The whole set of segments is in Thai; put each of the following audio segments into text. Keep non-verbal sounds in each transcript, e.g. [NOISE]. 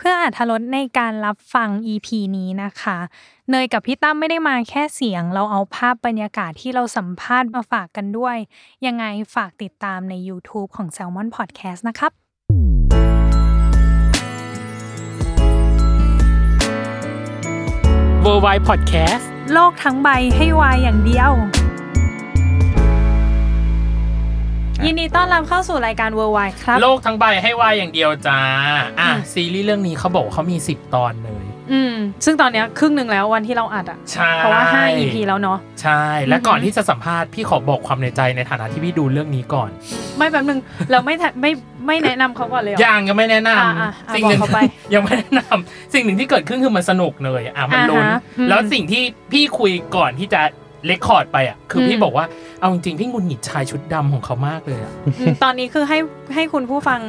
เพื่ออาธรสในการรับฟัง EP นี้นะคะ เนยกับพี่ตั้มไม่ได้มาแค่เสียง เราเอาภาพบรรยากาศที่เราสัมภาษณ์มาฝากกันด้วย ยังไงฝากติดตามใน YouTube ของ Salmon Podcast นะครับ w o r l d w i d e Podcast โลกทั้งใบให้วายอย่างเดียว ยินดีต้อนรับเข้าสู่รายการเวอร์ไวครับ โลกทั้งใบให้วายอย่างเดียวจ้า อ่ะ อืม ซีรีส์เรื่องนี้เขาบอกว่าเขามี 10 ตอนเลย อืม ซึ่งตอนเนี้ยครึ่งหนึ่งแล้ววันที่เราอัดอะ ใช่ เพราะว่า 5 EP แล้วเนาะ ใช่ และ อือหือ ก่อนที่จะสัมภาษณ์ พี่ขอบอกความในใจในฐานะที่พี่ดูเรื่องนี้ก่อน ไม่แป๊บนึง เราไม่ทันไม่ไม่แนะนำเขาก่อนเลยเหรอ ยังยังไม่แนะน อ่ะอ่ะอ่ะ ำสิ่งหนึ่ง บอกเขาไป [LAUGHS] ยังไม่แนะนำสิ่งหนึ่งที่เกิดขึ้นคือมันสนุกเลยอ่ะมัน อ่าฮะ ลุ้น อืม แล้วสิ่งที่พี่คุยก่อนที่จะเลคคอร์ดไปอ่ะ คืออ ม พี่บอกว่า เอาจริงๆพี่หงุนหงิดชายชุดดำของเขามากเลยอ่ะ อืมตอนนี้คือให้ให้คุณผู้ฟัง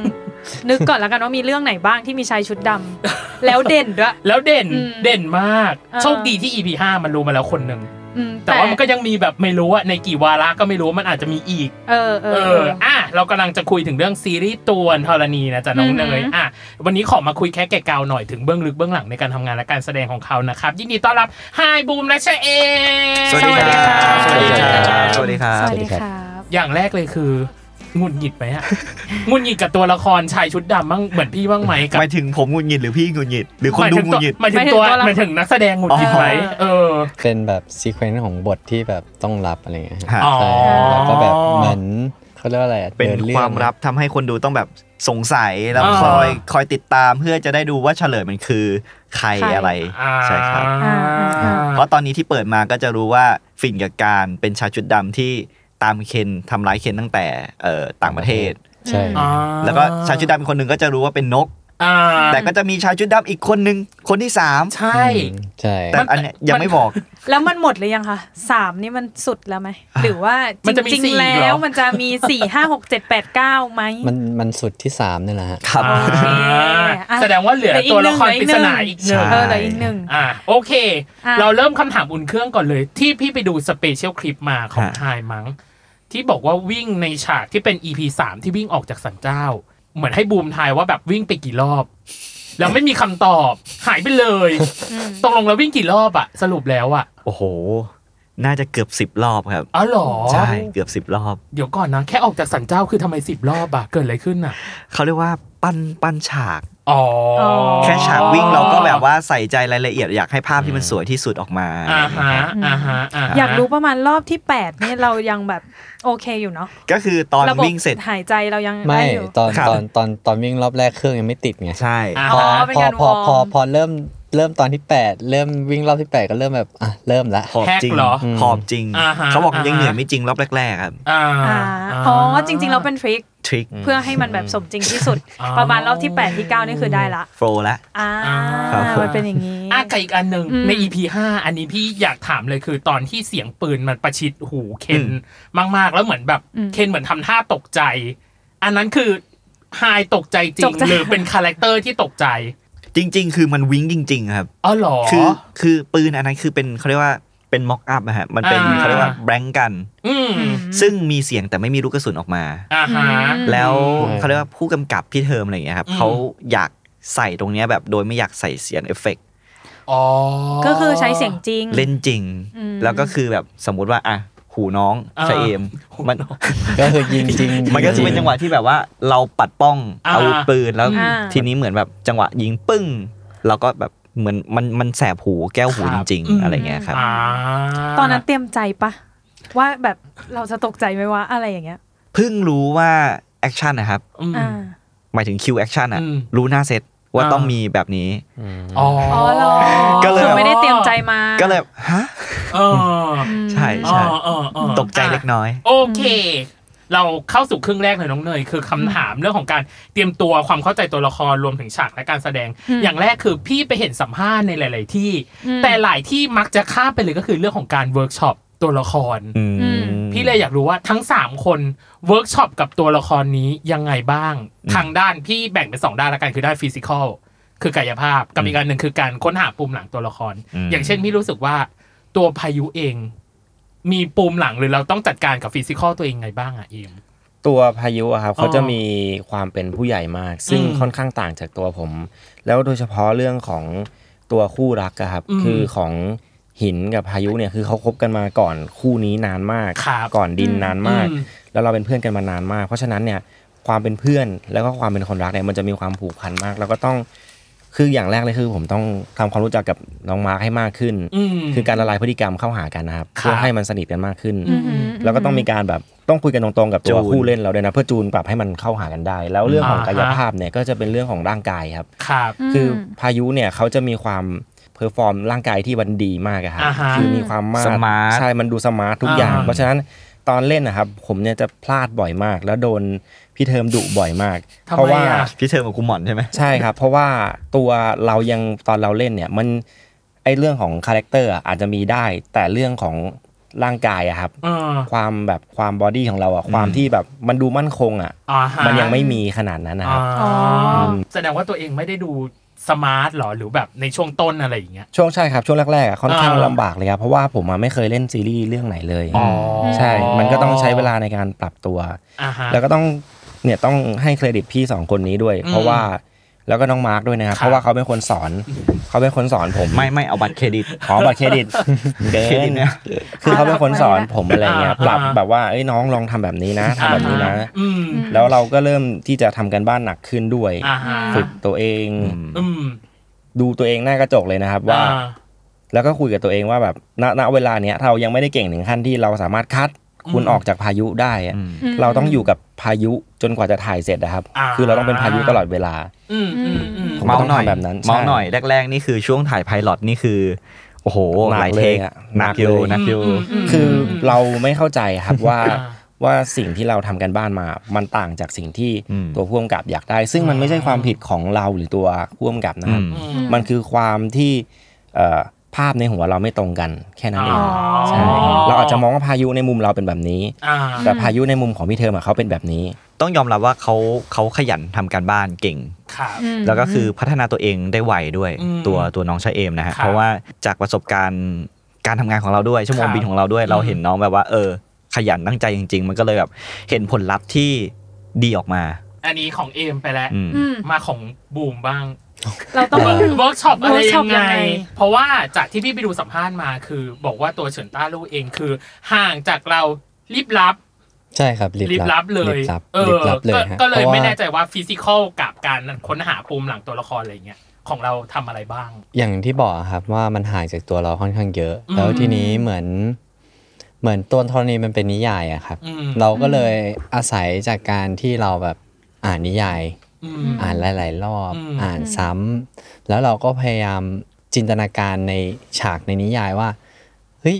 [LAUGHS] นึกก่อนแล้วกันว่ามีเรื่องไหนบ้างที่มีชายชุดดำ [LAUGHS] แล้วเด่นด้วย แล้วเด่น อืม เด่นมาก อ่า โชคดีที่ EP 5มันรู้มาแล้วคนหนึ่ง อืม แต่ว่ามันก็ยังมีแบบไม่รู้ว่าในกี่วาระก็ไม่รู้มันอาจจะมีอีก เออเอ เอ อเอ อ อ อ่ะ เรากำลังจะคุยถึงเรื่องซีรีส์ตัวนธรณีนะจ๊ะน้อง อือหื เน อ ยอ่ะ วันนี้ขอมาคุยแค่แก่กาวหน่อยถึงเบื้องลึกเบื้องหลังในการทำงานและการแสดงของเขานะครับ ยินดีต้อนรับไฮบูมและเชเอ สวัสดีครับ สวัสดีค ครั รั บบ สวัสดีครับ สวัสดีครับ อย่างแรกเลยคือหงุดหงิดไหม [LAUGHS] ฮะ หงุดหงิดกับตัวละครชายชุดดำบ้างเหมือนพี่บ้างไหมกับ หมายถึงผมหงุดหงิดหรือพี่หงุดหงิด หรือคนดูหงุดหงิด หมายถึงตัวหมายถึงนักแสดงหงุดหงิดไหมเออ เป็นแบบซีเควนต์ของบทที่แบบต้องรับอะไรเงี้ยฮะ ฮะ ใช่ อ๋อ แล้วก็แบบเหมือนเขาเรียกว่าอะไรอะ เป็น ดิรื่อง ความลับทำให้คนดูต้องแบบสงสัยแล้ว อ่า คอยคอยติดตามเพื่อจะได้ดูว่าเฉลยมันคือใครอะไร อ่า ใช่ครับ า เพราะตอนนี้ที่เปิดมาก็จะรู้ว่าฝิ่นกับการเป็นชายชุดดำที่ตามเคนทำร้ายเคนตั้งแต่เอ่อต่างประเทศ ใช่ อ่า แล้วก็ชายชุดดำอีกคนหนึ่งก็จะรู้ว่าเป็นนก อ่า แต่ก็จะมีชายชุดดำอีกคนหนึ่งคนที่สาม ใช่ อืมใช่ แต่อันเนี้ยยังไม่บอก แล้วมันหมดหรือยังคะสามนี่มันสุดแล้วไหม หรือว่า มันจะมี จริง สี่ ๆ อีกเหรอ แล้วมันจะมีสี่ห้าหกเจ็ดแปดเก้าไหม มันมันสุดที่สามนี่แหละฮะ ครับ [LAUGHS] อ่า โอเคอ่ะ แสดงว่าเหลือ เหลืออีก ตัวละคร หนึ่ง ปริศนา เหลืออี อี ก กหหนึ่ นึ่ ง ง เออเหลืออีกหนึ่ง อ่าโอเค อ่ะ เราเริ่มคำถามอุ่นเครื่องก่อนเลย ที่พี่ไปดูสเปเชียลคลิปมาของ ฮะ ทายมั้ง ที่บอกว่าวิ่งในฉากที่เป็น EP สามที่วิ่งออกจากสันเจ้า เหมือนให้บูมทายว่าแบบวิ่งไปกี่รอบ แล้วไม่มีคำตอบ หายไปเลยตกลงแล้ววิ่งกี่รอบอะสรุปแล้วอะ โอ้โห น่าจะเกือบสิบรอบครับ อ๋อเหรอ ใช่เกือบสิบรอบ เดี๋ยวก่อนนะแค่ออกจากสันเจ้าคือทำไมสิบรอบอะเกิดอะไรขึ้นอะ เขาเรียกว่าปั้นปั้นฉาก อ๋อ แค่ฉากวิ่งเราก็แบบว่าใส่ใจรายละเอียดอยากให้ภาพที่มันสวยที่สุดออกมา อ่าฮะอ่าฮะอ่าฮะ อยากรู้ประมาณรอบที่แปดนี่เรายังแบบโอเคอยู่เนาะ ก็คือตอน ระบบ วิ่งเสร็จ หายใจเรายัง ไม่ ด้อยู่ ตอน ครับ ตอนตอนตอนวิ่งรอบแรกเครื่องยังไม่ติดไง ใช่ อ่ะ พอ อ๋อเป็น พอ การ พวออร์ม พอพอเริ่มเริ่มตอนที่แปดเริ่มวิ่งรอบที่แปดก็เริ่มแบบอ่ะเริ่มละ หอบจริง แฮกเหรอ หอบจริง อ่าฮะ เขาบอก อ่าฮะ ยังเหนื่อยไม่จริงรอบแรกๆครับ อ่า อ่าอ๋อจริงๆเราเป็นทริค ทริค เพื่อให้มันแบบสมจริงที่สุด ประมาณรอบที่ 8 ที่ 9 นี่คือได้ละ โฟลละ อ่า ครับผม มันเป็นอย่างนี้ อ่ะกับอีกอันหนึ่ง อืม ใน EP 5 อันนี้พี่อยากถามเลยคือตอนที่เสียงปืนมันประชิดหูเคนมากๆ แล้วเหมือนแบบเคนเหมือนทำท่าตกใจ อันนั้นคือไฮตกใจจริ ต ง กใจ [LAUGHS] หรือเป็นคาแรคเตอร์ที่ตกใจ จริง ๆ คือมันวิ้งจริง ๆ ครับ อ๋อเหรอ คือคือปืนอันนั้นคือเป็นเขาเรียกว่าเป็นม็อกอัพอะฮะมันเป็น อ่า เขาเรียกว่าแบงกัน อืม ซึ่งมีเสียงแต่ไม่มีลูกกระสุนออกมา อ่าฮะ อืม แล้ว อืม เขาเรียกว่าผู้กำกับพี่เทอมอะไรอย่างเงี้ยครับ อืม เขาอยากใส่ตรงเนี้ยแบบโดยไม่อยากใส่เสียงเอฟเฟกต์ อ๋อ ก็คือใช้เสียงจริง เล่นจริง อืม แล้วก็คือแบบสมมุติว่าอ่ะหูน้อง อ่า ชายเอมมัน ก็คือยิงจริง มัน [LAUGHS] ก็จะเป็นจังหวะที่แบบว่าเราปัดป้อง อ่า อาวุธปืนแล้ว อ่า ทีนี้เหมือนแบบจังหวะยิงปึ้งเราก็แบบเหมือนมันมันแสบหูแก้วหูจริง ๆ อะไรเงี้ยครับ อ่า ตอนนั้นเตรียมใจปะว่าแบบเราจะตกใจไหมวะอะไรอย่างเงี้ย เพิ่งรู้ว่าแอคชั่นนะครับ อืม อ่า หมายถึงคิวแอคชั่นอะ อืม รู้หน้าเซตว่า อ่า ต้องมีแบบนี้ อ๋อ อ๋อเหรอ ก็เลย คือไม่ได้เตรียมใจมา ก็เลยฮะ เออ ใช่ อ๋ ใช่ ออ๋ออ๋อ ตกใจเล็กน้อย โอเค เราเข้าสู่ครึ่งแรกเลยน้องเนย คือคำถามเรื่องของการเตรียมตัวความเข้าใจตัวละครรวมถึงฉากและการแสดง อย่างแรกคือพี่ไปเห็นสัมภาษณ์ในหลาย ๆ ที่ แต่หลายที่มักจะข้ามไปเลยก็คือเรื่องของการเวิร์กช็อปตัวละคร อืม พี่เลยอยากรู้ว่าทั้ง 3 คนเวิร์กช็อปกับตัวละครนี้ยังไงบ้าง ทางด้านพี่แบ่งเป็น 2 ด้านละกันคือด้านฟิสิกอลคือกายภาพกับอีกอันหนึ่งคือการค้นหาปุ่มหลังตัวละคร อย่างเช่นพี่รู้สึกว่าตัวพายุเอง มีปุ่มหลังหรือเราต้องจัดการกับฟิสิกอลตัวเองไงบ้างอะเอม ตัวพายุอะครับ อ๋ เขา อ จะมีความเป็นผู้ใหญ่มาก ซึ่ง อืม ค่อนข้างต่างจากตัวผม แล้วโดยเฉพาะเรื่องของตัวคู่รักอะครับ อืม คือของหินกับพายุเนี่ยคือเขาคบกันมาก่อนคู่นี้นานมาก ครับ ก่อนดินนานมาก อืม แล้วเราเป็นเพื่อนกันมานานมาก เพราะฉะนั้นเนี่ยความเป็นเพื่อนแล้วก็ความเป็นคนรักเนี่ยมันจะมีความผูกพันมาก แล้วก็ต้องคืออย่างแรกเลยคือ ผมต้องทำความรู้จักกับน้องมาร์คให้มากขึ้น อืม คือการละลายพฤติกรรมเข้าหากันนะครับเพื่ ค อ รับ ให้มันสนิทกันมากขึ้น อืมอืม แล้วก็ต้องมีการแบบต้องคุยกันตรงๆกับตัว จูน คู่เล่นเราด้วยนะเพื่อจูนปรับให้มันเข้าหากันได้ แล้วเรื่องของ อ่าฮะ กายภาพเนี่ยก็จะเป็นเรื่องของร่างกายครับ ครับ ม คือพายุเนี่ยเขาจะมีความเพอร์ฟอร์มร่างกายที่มันดีมากอะครับ อ่าฮะ คือมีความมา สมาร์ท ใช่มันดูสมาร์ททุกอย่าง อ่า เพราะฉะนั้นตอนเล่นนะครับ ผมเนี่ยจะพลาดบ่อยมาก แล้วโดนพี่เทอมดุบ่อยมาก ทำ เพราะ ไม ว่า อะ พี่เธอกับคุณหมอนใช่ไหม ใช่ครับ เพราะว่าตัวเรายังตอนเราเล่นเนี่ยมันไอเรื่องของคาแรคเตอร์อะอาจจะมีได้ แต่เรื่องของร่างกายอะครับ เออ ความแบบความบอดี้ของเราอะความ อืม ที่แบบมันดูมั่นคงอะ อ่าฮะ มันยังไม่มีขนาดนั้นนะครับ อ๋ออ ม แสดงว่าตัวเองไม่ได้ดูสมาร์ทหรอหรือแบบในช่วงต้นอะไรอย่างเงี้ย ช่วงใช่ครับช่วงแรกๆอะค่อนข้าง อ่า ลำบากเลยครับเพราะว่าผมอะไม่เคยเล่นซีรีส์เรื่องไหนเลย อ๋อ ใช่ มันก็ต้องใช้เวลาในการปรับตัว อ่าฮะ แล้วก็ต้องเนี่ยต้องให้เครดิตพี่สองคนนี้ด้วย อืม เพราะว่าแล้วก็น้องมาร์คด้วยนะครับ ครับ เพราะว่าเขาเป็นคนสอนเขาเป็นคนสอนผม ไม่ไม่เอาบัตรเครดิต ขอบัตรเครดิตเกิ [LAUGHS] เครดิ น ตเนี่ย คือเขาเป็นคนสอนผมอะไรเงี้ย อ่า ปรับแบบว่าเอ้ยน้องลองทำแบบนี้นะทำแบบนี้นะ อืม แล้วเราก็เริ่มที่จะทำกันบ้านหนักขึ้นด้วย อ่าฮะ ฝึกตัวเอง อืม ดูตัวเองหน้ากระจกเลยนะครับว่า อ่ แล้วก็คุยกับตัวเองว่าแบบณณเวลาเนี้ยเรายังไม่ได้เก่งถึงขั้นที่เราสามารถคัดคุณ อืม ออกจากพายุได้อะ อืม ม เราต้องอยู่กับพายุจนกว่าจะถ่ายเสร็จนะครับ อ่า คือเราต้องเป็นพายุตลอดเวลา อืมอืมอืม ผมก็ เมา ต้อ หน่อย งทำแบบนั้นใช่ เมาหน่อยแรก ๆ นี่คือช่วงถ่ายไพลอตนี่คือโอ้โห หนัก หลาย เล เท ย ค อะ หนักอยู่ หหนันั ก ก เลย อยู่ ม คือเราไม่เข้าใจครับ [LAUGHS] ว่า อ่า ว่าสิ่งที่เราทำกันบ้านมา มันต่างจากสิ่งที่ อืม ตัวพ่วงกับอยากได้ ซึ่งมันไม่ใช่ความผิดของเราหรือตัวพ่วงกับนะครับ อืม มันคือความที่เอ่อภาพในหัวเราไม่ตรงกันแค่นั้นเอง อ๋อ ใช่เราอาจจะมองว่าพายุในมุมเราเป็นแบบนี้ อ่า แต่พายุในมุมของพี่เทอมอะเขาเป็นแบบนี้ ต้องยอมรับว่าเขาเขาขยันทำการบ้านเก่ง ครับ ม แล้วก็คือพัฒนาตัวเองได้ไวด้วย อืม ตัวตัวน้องชะเอมนะฮะ ครับ เพราะว่าจากประสบการณ์การทำงานของเราด้วยชั่วโม ค ง รับ บินของเราด้วย เรา อืม เห็นน้องแบบว่า เออ ขยันตั้งใจจริง ๆ มันก็เลยแบบเห็นผลลัพธ์ที่ดีออกมา อันนี้ของเอมไปแล้ว อืม อืม มาของบูมบ้าง เราต้อง เวิร์กช็อปอะไรยัง workshop ยั ไง งไง เพราะว่าจากที่พี่ไปดูสัมภาษณ์มาคือ บอกว่าตัวเฉินต้าลู่เองคือ ห่างจากเราลิบลับ ใช่ครับรี ลิบลับเลย รีบรับ เอ รี อบ รับเลย ก็ ฮะ ก็เลย พราะว่า ไม่แน่ใจว่าฟิสิกอลกับการค้นหาปูมหลังตัวละครอะไรอย่างเงี้ยของเราทำอะไรบ้าง อย่างที่บอกอะครับว่ามันห่างจากตัวเราค่อนข้างเยอะ อืม แล้วทีนี้เหมือน เหมือนตัวธรณีมันเป็นนิยายอะครับ อืม เราก็เลยอาศัยจากการที่เราแบบอ่านนิยาย อืม อ่านหลาย ๆ รอบ อืม อ่านซ้ำแล้วเราก็พยายามจินตนาการในฉากในนิยายว่าเฮ้ย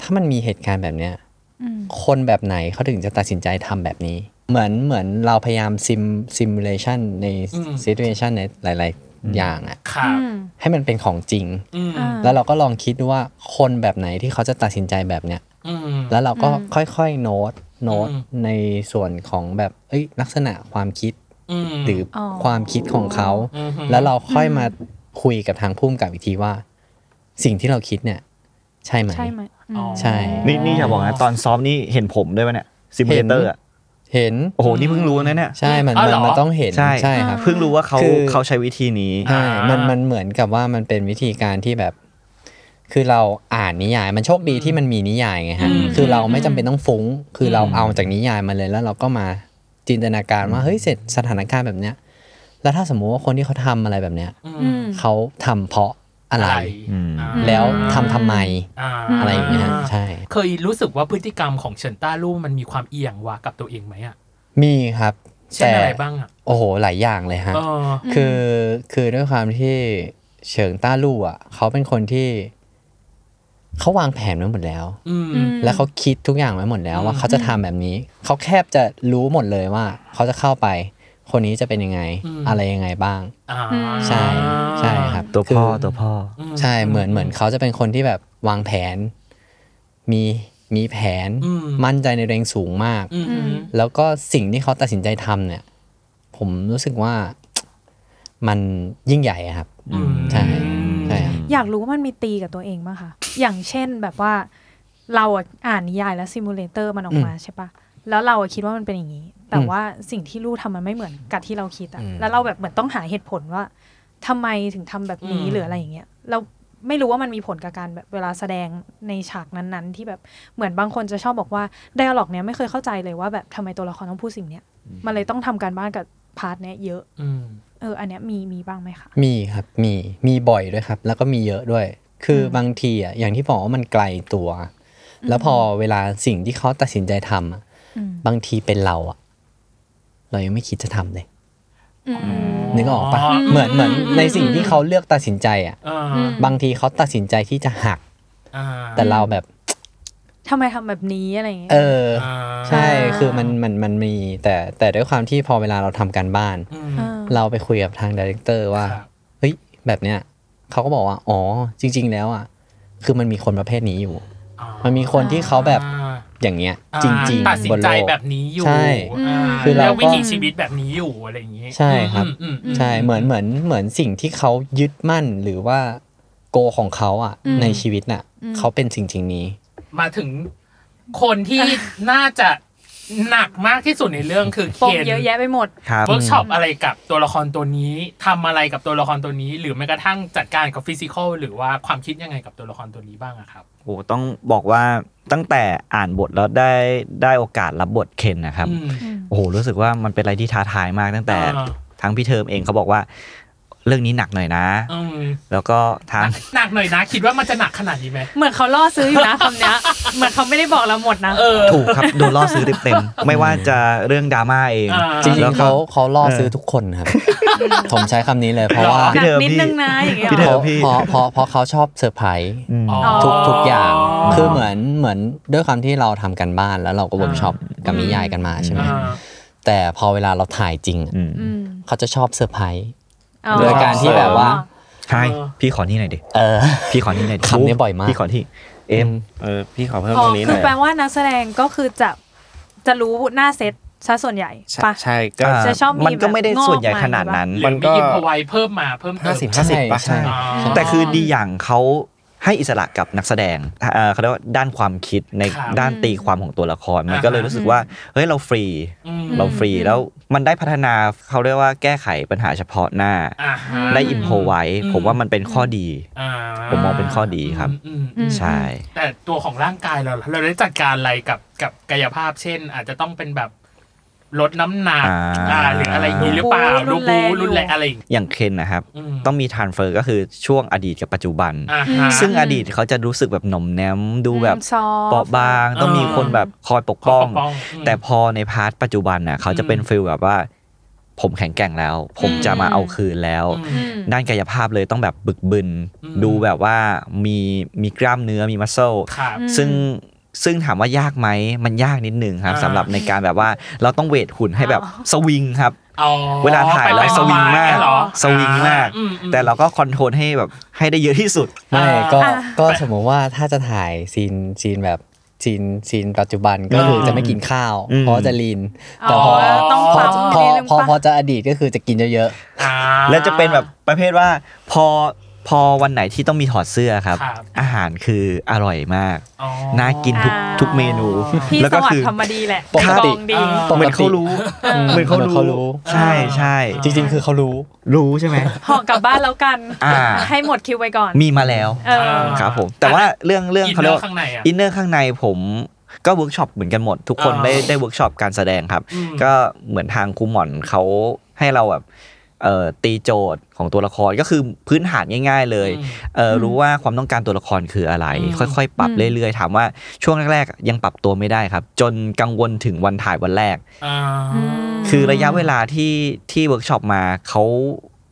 ถ้ามันมีเหตุการณ์แบบเนี้ย อืม คนแบบไหนเขาถึงจะตัดสินใจทำแบบนี้ เหมือนเหมือนเราพยายามซิมซิมูเลชันใน อืม ซิ t u เ t ชันในหลาย ๆ อย่างอะ ครับ ให้มันเป็นของจริง อืม อ่า แล้วเราก็ลองคิดดูว่าคนแบบไหนที่เขาจะตัดสินใจแบบเนี้ย อืม แล้วเราก็ อืม ค่อยๆ โน้ต โน้ต อืม ในส่วนของแบบเอ้ยลักษณะความคิด อืม หรืออ อ ความคิดของเขา มฮึ แล้วเราค่อยมาคุยกับทางพุ่มกับอีกทีว่า สิ่งที่เราคิดเนี่ย ใช่ไหม ใช่ไหมอืม อ๋อ ใช่ นี่นี่อย่าบอกนะตอนซ้อมนี่เห็นผมด้วยปะเนี่ยซิมเลเตอร์อะ เห็น โอ้โหนี่เพิ่งรู้นะเนี่ย ใช่มัน อ๋อ มั เหร น อ มันต้องเห็น ใช่ ใช่ครับ เพิ่งรู้ว่าเขา คือ เขาใช้วิธีนี้ ใช่มัน อ่ามั มันเหมือนกับว่ามันเป็นวิธีการที่แบบ คือเราอ่านนิยาย มันโชคดีที่มันมีนิยายไงฮะ คือเราไม่จำเป็นต้องฟุ้ง คือเราเอาจากนิยายมาเลยแล้วเราก็มาจินตนาการว่าเฮ้ยเสร็จสถานการณ์แบบเนี้ย แล้วถ้าสมมุติว่าคนที่เขาทำอะไรแบบเนี้ย อื อื ม ม เขาทำเพราะอะ อะไร ไร อืม อ่า แล้วทำทำไม า อะไรอย่างเงี้ยใช่ เคยรู้สึกว่าพฤติกรรมของเฉินต้าลู่มันมีความเอียงวากับตัวเองไหมอ่ะ มีครับ เช่นอะไรบ้างอ่ะ โอ้โหหลายอย่างเลยฮะ เออ คือคือด้วยความที่เฉิงต้าลู่อ่ะ เขาเป็นคนที่เขาวางแผนไว้หมดแล้ว อืม แล้วเขาคิดทุกอย่างไว้หมดแล้วว่าเขาจะทำแบบนี้ เขาแคบจะรู้หมดเลยว่า เขาจะเข้าไป คนนี้จะเป็นยังไง อืม อะไรยังไงบ้าง อ่า ใช่ใช่ครับ ตัวพ่อ คือ ตัวพ่อ ใช่เหมือนเหมือนเขาจะเป็นคนที่แบบวางแผน มีมีแผน อืม มั่นใจในตัวเองสูงมาก อืมอืม แล้วก็สิ่งที่เขาตัดสินใจทำเนี่ย ผมรู้สึกว่า มันยิ่งใหญ่อะครับ อืม ใช่ใช่ครับ อยากรู้ว่ามันมีตีกับตัวเองบ้างคะ อย่างเช่นแบบว่า เราอะอ่านนิยายแล้วซิมูเลเตอร์มันออกมาใช่ปะแล้วเราอะคิดว่ามันเป็นอย่างนี้ แต่ว่าสิ่งที่ลูกทำมันไม่เหมือนกับที่เราคิดอะแล้วเราแบบเหมือนต้องหาเหตุผลว่าทำไมถึงทำแบบนี้ อืม หรืออะไรอย่างเงี้ย เราไม่รู้ว่ามันมีผลกับการแบบเวลาแสดงในฉากนั้นๆ ที่แบบเหมือนบางคนจะชอบบอกว่าไดอะล็อกเนี้ยไม่เคยเข้าใจเลยว่าแบบทำไมตัวละครต้องพูดสิ่งเนี้ย มันเลยต้องทำการบ้านกับพาร์ทเนี้ยเยอะ อืม เออ อันเนี้ยมีมีบ้างไหมคะ มีครับมีมีบ่อยด้วยครับ แล้วก็มีเยอะด้วย คืออบางทีอ่ะอย่างที่บอกว่ามันไกลตัว แล้วพอเวลาสิ่งที่เขาตัดสินใจทำอะ อืม บางทีเป็นเราอ่ะ เรายังไม่คิดจะทำเลยนึกออกปะ อืม เหมือนเหมือนในสิ่งที่เขาเลือกตัดสินใจอ่ะ อ่า บางทีเขาตัดสินใจที่จะหัก อ่า แต่เราแบบ ทำไมทำแบบนี้อะไรอย่างเงี้ย เออ อ่า ใช่คือมันมันมันมี แต่แต่ด้วยความที่พอเวลาเราทำการบ้าน อืม เออ เราไปคุยกับทางดีเรคเตอร์ว่า ครับ เฮ้ย แบบเนี้ยเขาก็บอกว่า อ๋อ จริง ๆ แล้วอ่ะ คือมันมีคนประเภทนี้อยู่ อ่า มันมีคนที่เขาแบบอย่างเงี้ย อ่า จริง ตัดสิ ๆ บ น น ใจ โลก แบบนี้อยู่ ใช่ า คือเราก็ แล้ววิถีชีวิตแบบนี้อยู่อะไรอย่างงี้ ใช่ครับ อืมอืม ใช่ เหมือนเหมือนเหมือนสิ่งที่เขายึดมั่นหรือว่าโกของเขาอ่ะ ในชีวิตน่ะ เขาเป็นสิ่งจริงๆนี้ มาถึงคนที่น่าจะหนักมากที่สุดในเรื่องคือ ป เขี ม ยน เยอะแยะไปหมด ครับ เวิร์กช็อปอะไรกับตัวละครตัวนี้ทำอะไรกับตัวละครตัวนี้ หรือแม้กระทั่งจัดการกับฟิสิกอลหรือว่าความคิดยังไงกับตัวละครตัวนี้บ้างอะครับ โอ้ต้องบอกว่าตั้งแต่อ่านบทแล้วได้ได้โอกาสรับบทเคนนะครับ อืม โอ้โหรู้สึกว่ามันเป็นอะไรที่ท้าทายมากตั้งแต่ อ่า ทั้งพี่เทอมเองเขาบอกว่า เรื่องนี้หนักหน่อยนะ อืม แล้วก็ทาง หนักหน่อยนะ คิดว่ามันจะหนักขนาดนี้ไหม เหมือนเขาล่อซื้ออยู่นะคำเนี้ย เหมือนเขาไม่ได้บอกเราหมดนะ เออ ถูกครับ โดนล่อซื้อเต็มๆไม่ว่าจะเรื่องดราม่าเอง อ่า จริ แล้ ง ว ๆ ก็ เขาเขาล่อซื้อทุกคน [LAUGHS] ครับ ผมใช้คำนี้เลยเพราะว่า หนั พี่ ก เดิม นิด พี่ นึงนะอย่างเงี้ย พี่ หร เดิ อ มพี่ เพราะเพราะเพราะเขาชอบเซอร์ไพรส์ อืม อ๋อ ทุกทุกอย่างคือเหมือนเหมือนด้วยความที่เราทำกันบ้านแล้วเราก็เวิร์กช็อปกับนิยายกันมาใช่ไหม อ่า แต่พอเวลาเราถ่ายจริงอะ อืม อืม เขาจะชอบเซอร์ไพรส์ อ๋อ โดยการที่แบบว่า ใช่พี่ขอนี่หน่อยดิ เออ พี่ขอนี่หน่อยดิ คำนี้บ่อยมาก พี่ขอที่ เอ็ม เออพี่ขอเพิ่ม อ๋อ ตรงนี้ห คื น่ อ อย แปลว่านักแสดงก็คือจะจะรู้หน้าเซตซะส่วนใหญ่ ใช่ ปะ ใช่ก็ อ่า จะชอบมี มันก็ไม่ได้ แบบงอก ส่วนใหญ่ มา ขนาดนั้น หรือมีอินพอไวเพิ่มมาเพิ่มเติ ห้าม สิบห้าสิบปะ ใช่ อ๋อ แต่คือดีอย่างเขาให้อิสระกับนักแสดงเอ่อเขาเรียกว่าด้านความคิดใน ครับ ด้านตีความของตัวละคร มัน อ่า ก็เลย ฮะ รู้สึกว่า เฮ้ย เราฟรี อืม เราฟรีแล้วมันได้พัฒนาเขาเรียกว่าแก้ไขปัญหาเฉพาะหน้า อ่าฮะ ได้อินโพไว้ อืม ผมว่ามันเป็นข้อดี อ่า ผมมองเป็นข้อดีครับ อืมอืม ใช่ แต่ตัวของร่างกายเราล่ะเราได้จัดการอะไรกับกับกายภาพเช่น อาจจะต้องเป็นแบบลดน้ำหนักอ่าหรืออะไรอย่างนี้หรือเปล่า รุ รู นแร บู ง รุนแรงอะไรอย่างงี้ อย่างเคนนะครับ ม ต้องมีทานเฟอร์ก็คือช่วงอดีตกับปัจจุบัน อ่าฮะ ซึ่งอดีตเขาจะรู้สึกแบบหน่อมแนมดูแบบ ซอฟ เปราะบาง อ่า ต้องมีคนแบบคอยปกป้อง ปกป้องอืม แต่พอในพาร์ทปัจจุบันน่ะเขาจะเป็น อืม ฟิลแบบว่า ผมแข็งแกร่งแล้ว ผมจะมาเอาคืนแล้ว อืม ด้านกายภาพเลยต้องแบบบึกบึน อืม ดูแบบว่ามีมีกล้ามเนื้อมีมัสเซล ครับ ซึ่งซึ่งถามว่ายากไหมมันยากนิดนึงครับ อ่า สำหรับในการแบบว่าเราต้องเวทหุ่นให้แบบสวิงครับ อ๋อ เวลาถ่ายเรา ไปๆ สวิงมาก ๆเหรอ สวิงมาก อือื แต่เราก็คอนโทรลให้แบบให้ได้เยอะที่สุด ไม่ก็ อ่ะ ก็สมมติว่าถ้าจะถ่ายซีนซีนแบบ ซีนซีนปัจจุบันก็คือจะไม่กินข้าว อืม เพราะจะลีน อ๋อต้อง พปอรับ พอ นิดนึง พอ ปะ พอจะอดีตก็คือจะกินเยอะ อ่า แล้วจะเป็นแบบประเภทว่าพอพอวันไหนที่ต้องมีถอดเสื้อครับ ครับ อาหารคืออร่อยมาก อ๋อ น่ากินทุก อ่า ทุกเมนู พี่ แล้ว ส ก็ วัส คือ ดิ์ธรรมดีแหละ ปกติ องดี ปกติ เหมือนเขารู้ เออ เหมือนเขารู้ เขารู้ ใช่ใช่ จริง ๆ คือเขารู้ รู้ใช่ไหม หอกกลับบ้านแล้วกัน อ่า ให้หมดคิวไว้ก่อน มีมาแล้ว เออ ครับผม แต่ว่าเรื่องเรื่อง อิน เขา เน เรีอยก ร์ ว่า ข้างในอ่ะ อินเนอร์ข้างในผมก็เวิร์กช็อปเหมือนกันหมด ทุกคน อ่า ได้ได้เวิร์กช็อปการแสดงครับ อืม ก็เหมือนทางครูหมอนเขาให้เราแบบเอ่อตีโจทย์ของตัวละครก็คือพื้นฐานง่าย ๆ เลย อืม เอออ ม รู้ว่าความต้องการตัวละครคืออะไร อืม ค่อยๆ ปรับ อืม เรื่อยๆ ถามว่าช่วงแรกๆ ยังปรับตัวไม่ได้ครับ จนกังวลถึงวันถ่ายวันแรก อ่า ม คือระยะเวลาที่ที่เวิร์กช็อปมาเขา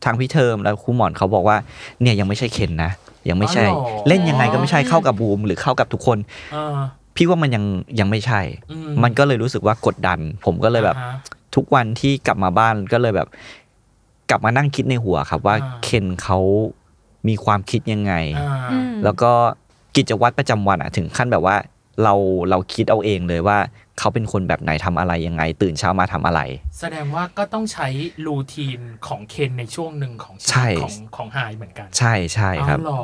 ทางพี่เทอมแล้วครูหมอนเขาบอกว่าเนี่ยยังไม่ใช่เคนนะ ยังไม่ใช่ อ๋อเหรอ เล่นยังไงก็ไม่ใช่เข้ากับบูมหรือเข้ากับทุกคน อ่า พี่ว่ามันยังยังไม่ใช่ อื มันก็เลยรู้สึกว่ากดดัน ผมก็เลยแบบ อ่าฮะ ทุกวันที่กลับมาบ้านก็เลยแบบ กลับมานั่งคิดในหัวครับว่า อ่า เคนเขามีความคิดยังไง อ่า อืม แล้วก็กิจวัตรประจำวันอะถึงขั้นแบบว่าเราเราคิดเอาเองเลยว่าเขาเป็นคนแบบไหนทำอะไรยังไง ตื่นเช้ามาทำอะไร แสดงว่าก็ต้องใช้รูทีนของเคนในช่วงหนึ่งของ ใช่ ชีวิตของของไฮเหมือนกัน ใช่ใช่ครับ เอาหรอ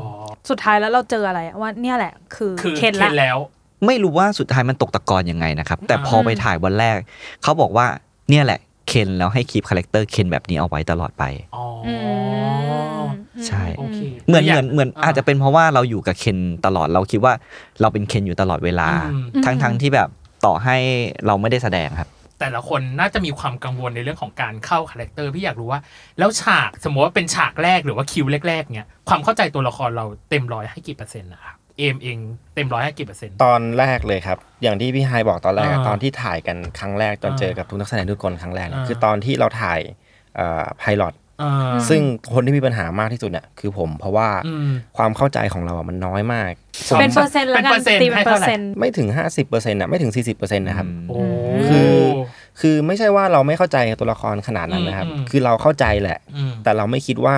สุดท้ายแล้วเราเจออะไรอะว่าเนี่ยแหละ คือ คือ เค เคน น ละ แล้ว ไม่รู้ว่าสุดท้ายมันตกตะกอนยังไงนะครับ แต่พอ อืม ไปถ่ายวันแรก เขาบอกว่าเนี่ยแหละเคนแล้วให้คีบคาแรคเตอร์เคนแบบนี้เอาไว้ตลอดไป อ๋ออ อืม ใช่ โอเค เหมือน คื เหมือนเหมือนอาจจะเป็นเพราะว่าเราอยู่กับเคนตลอดเราคิดว่าเราเป็นเคนอยู่ตลอดเวลา อืม ทั้งทั้งที่แบบต่อให้เราไม่ได้แสดงครับ แต่ละคนน่าจะมีความกังวลในเรื่องของการเข้าคาแรคเตอร์พี่อยากรู้ว่า แล้วฉากสมมติว่าเป็นฉากแรกหรือว่าคิวแรกๆเนี่ยความเข้าใจตัวละครเราเต็มร้อยให้กี่เปอร์เซ็นต์นะครับเอมเองเต็มร้อยให้กี่เปอร์เซ็นต์ ตอนแรกเลยครับ อย่างที่พี่ไฮายบอกตอนแรกอะ อ่า ตอนที่ถ่ายกันครั้งแรกตอน อ่า เจอกับทุกนักแสดงทุกคนครั้งแรกเนี่ย อ่า คือตอนที่เราถ่ายไพลอต อ่า ซึ่งคนที่มีปัญหามากที่สุดเนี่ยคือผมเพราะว่า อืม ความเข้าใจของเราอะมันน้อยมากผม เป็นเปอร์เซ็นต์แล้วกั เป็นนเปอร์เซ็นต์ ตีเป็ ให้ นเปอ เท่า ร์ ไหร่ เซ็นต์ ไม่ถึง 50%นะไม่ถึง 40%นะครับ โอ้ คือ คือไม่ใช่ว่าเราไม่เข้าใจตัวละครขนาดนั้นนะครับ อืม คือเราเข้าใจแหละ อืม แต่เราไม่คิดว่า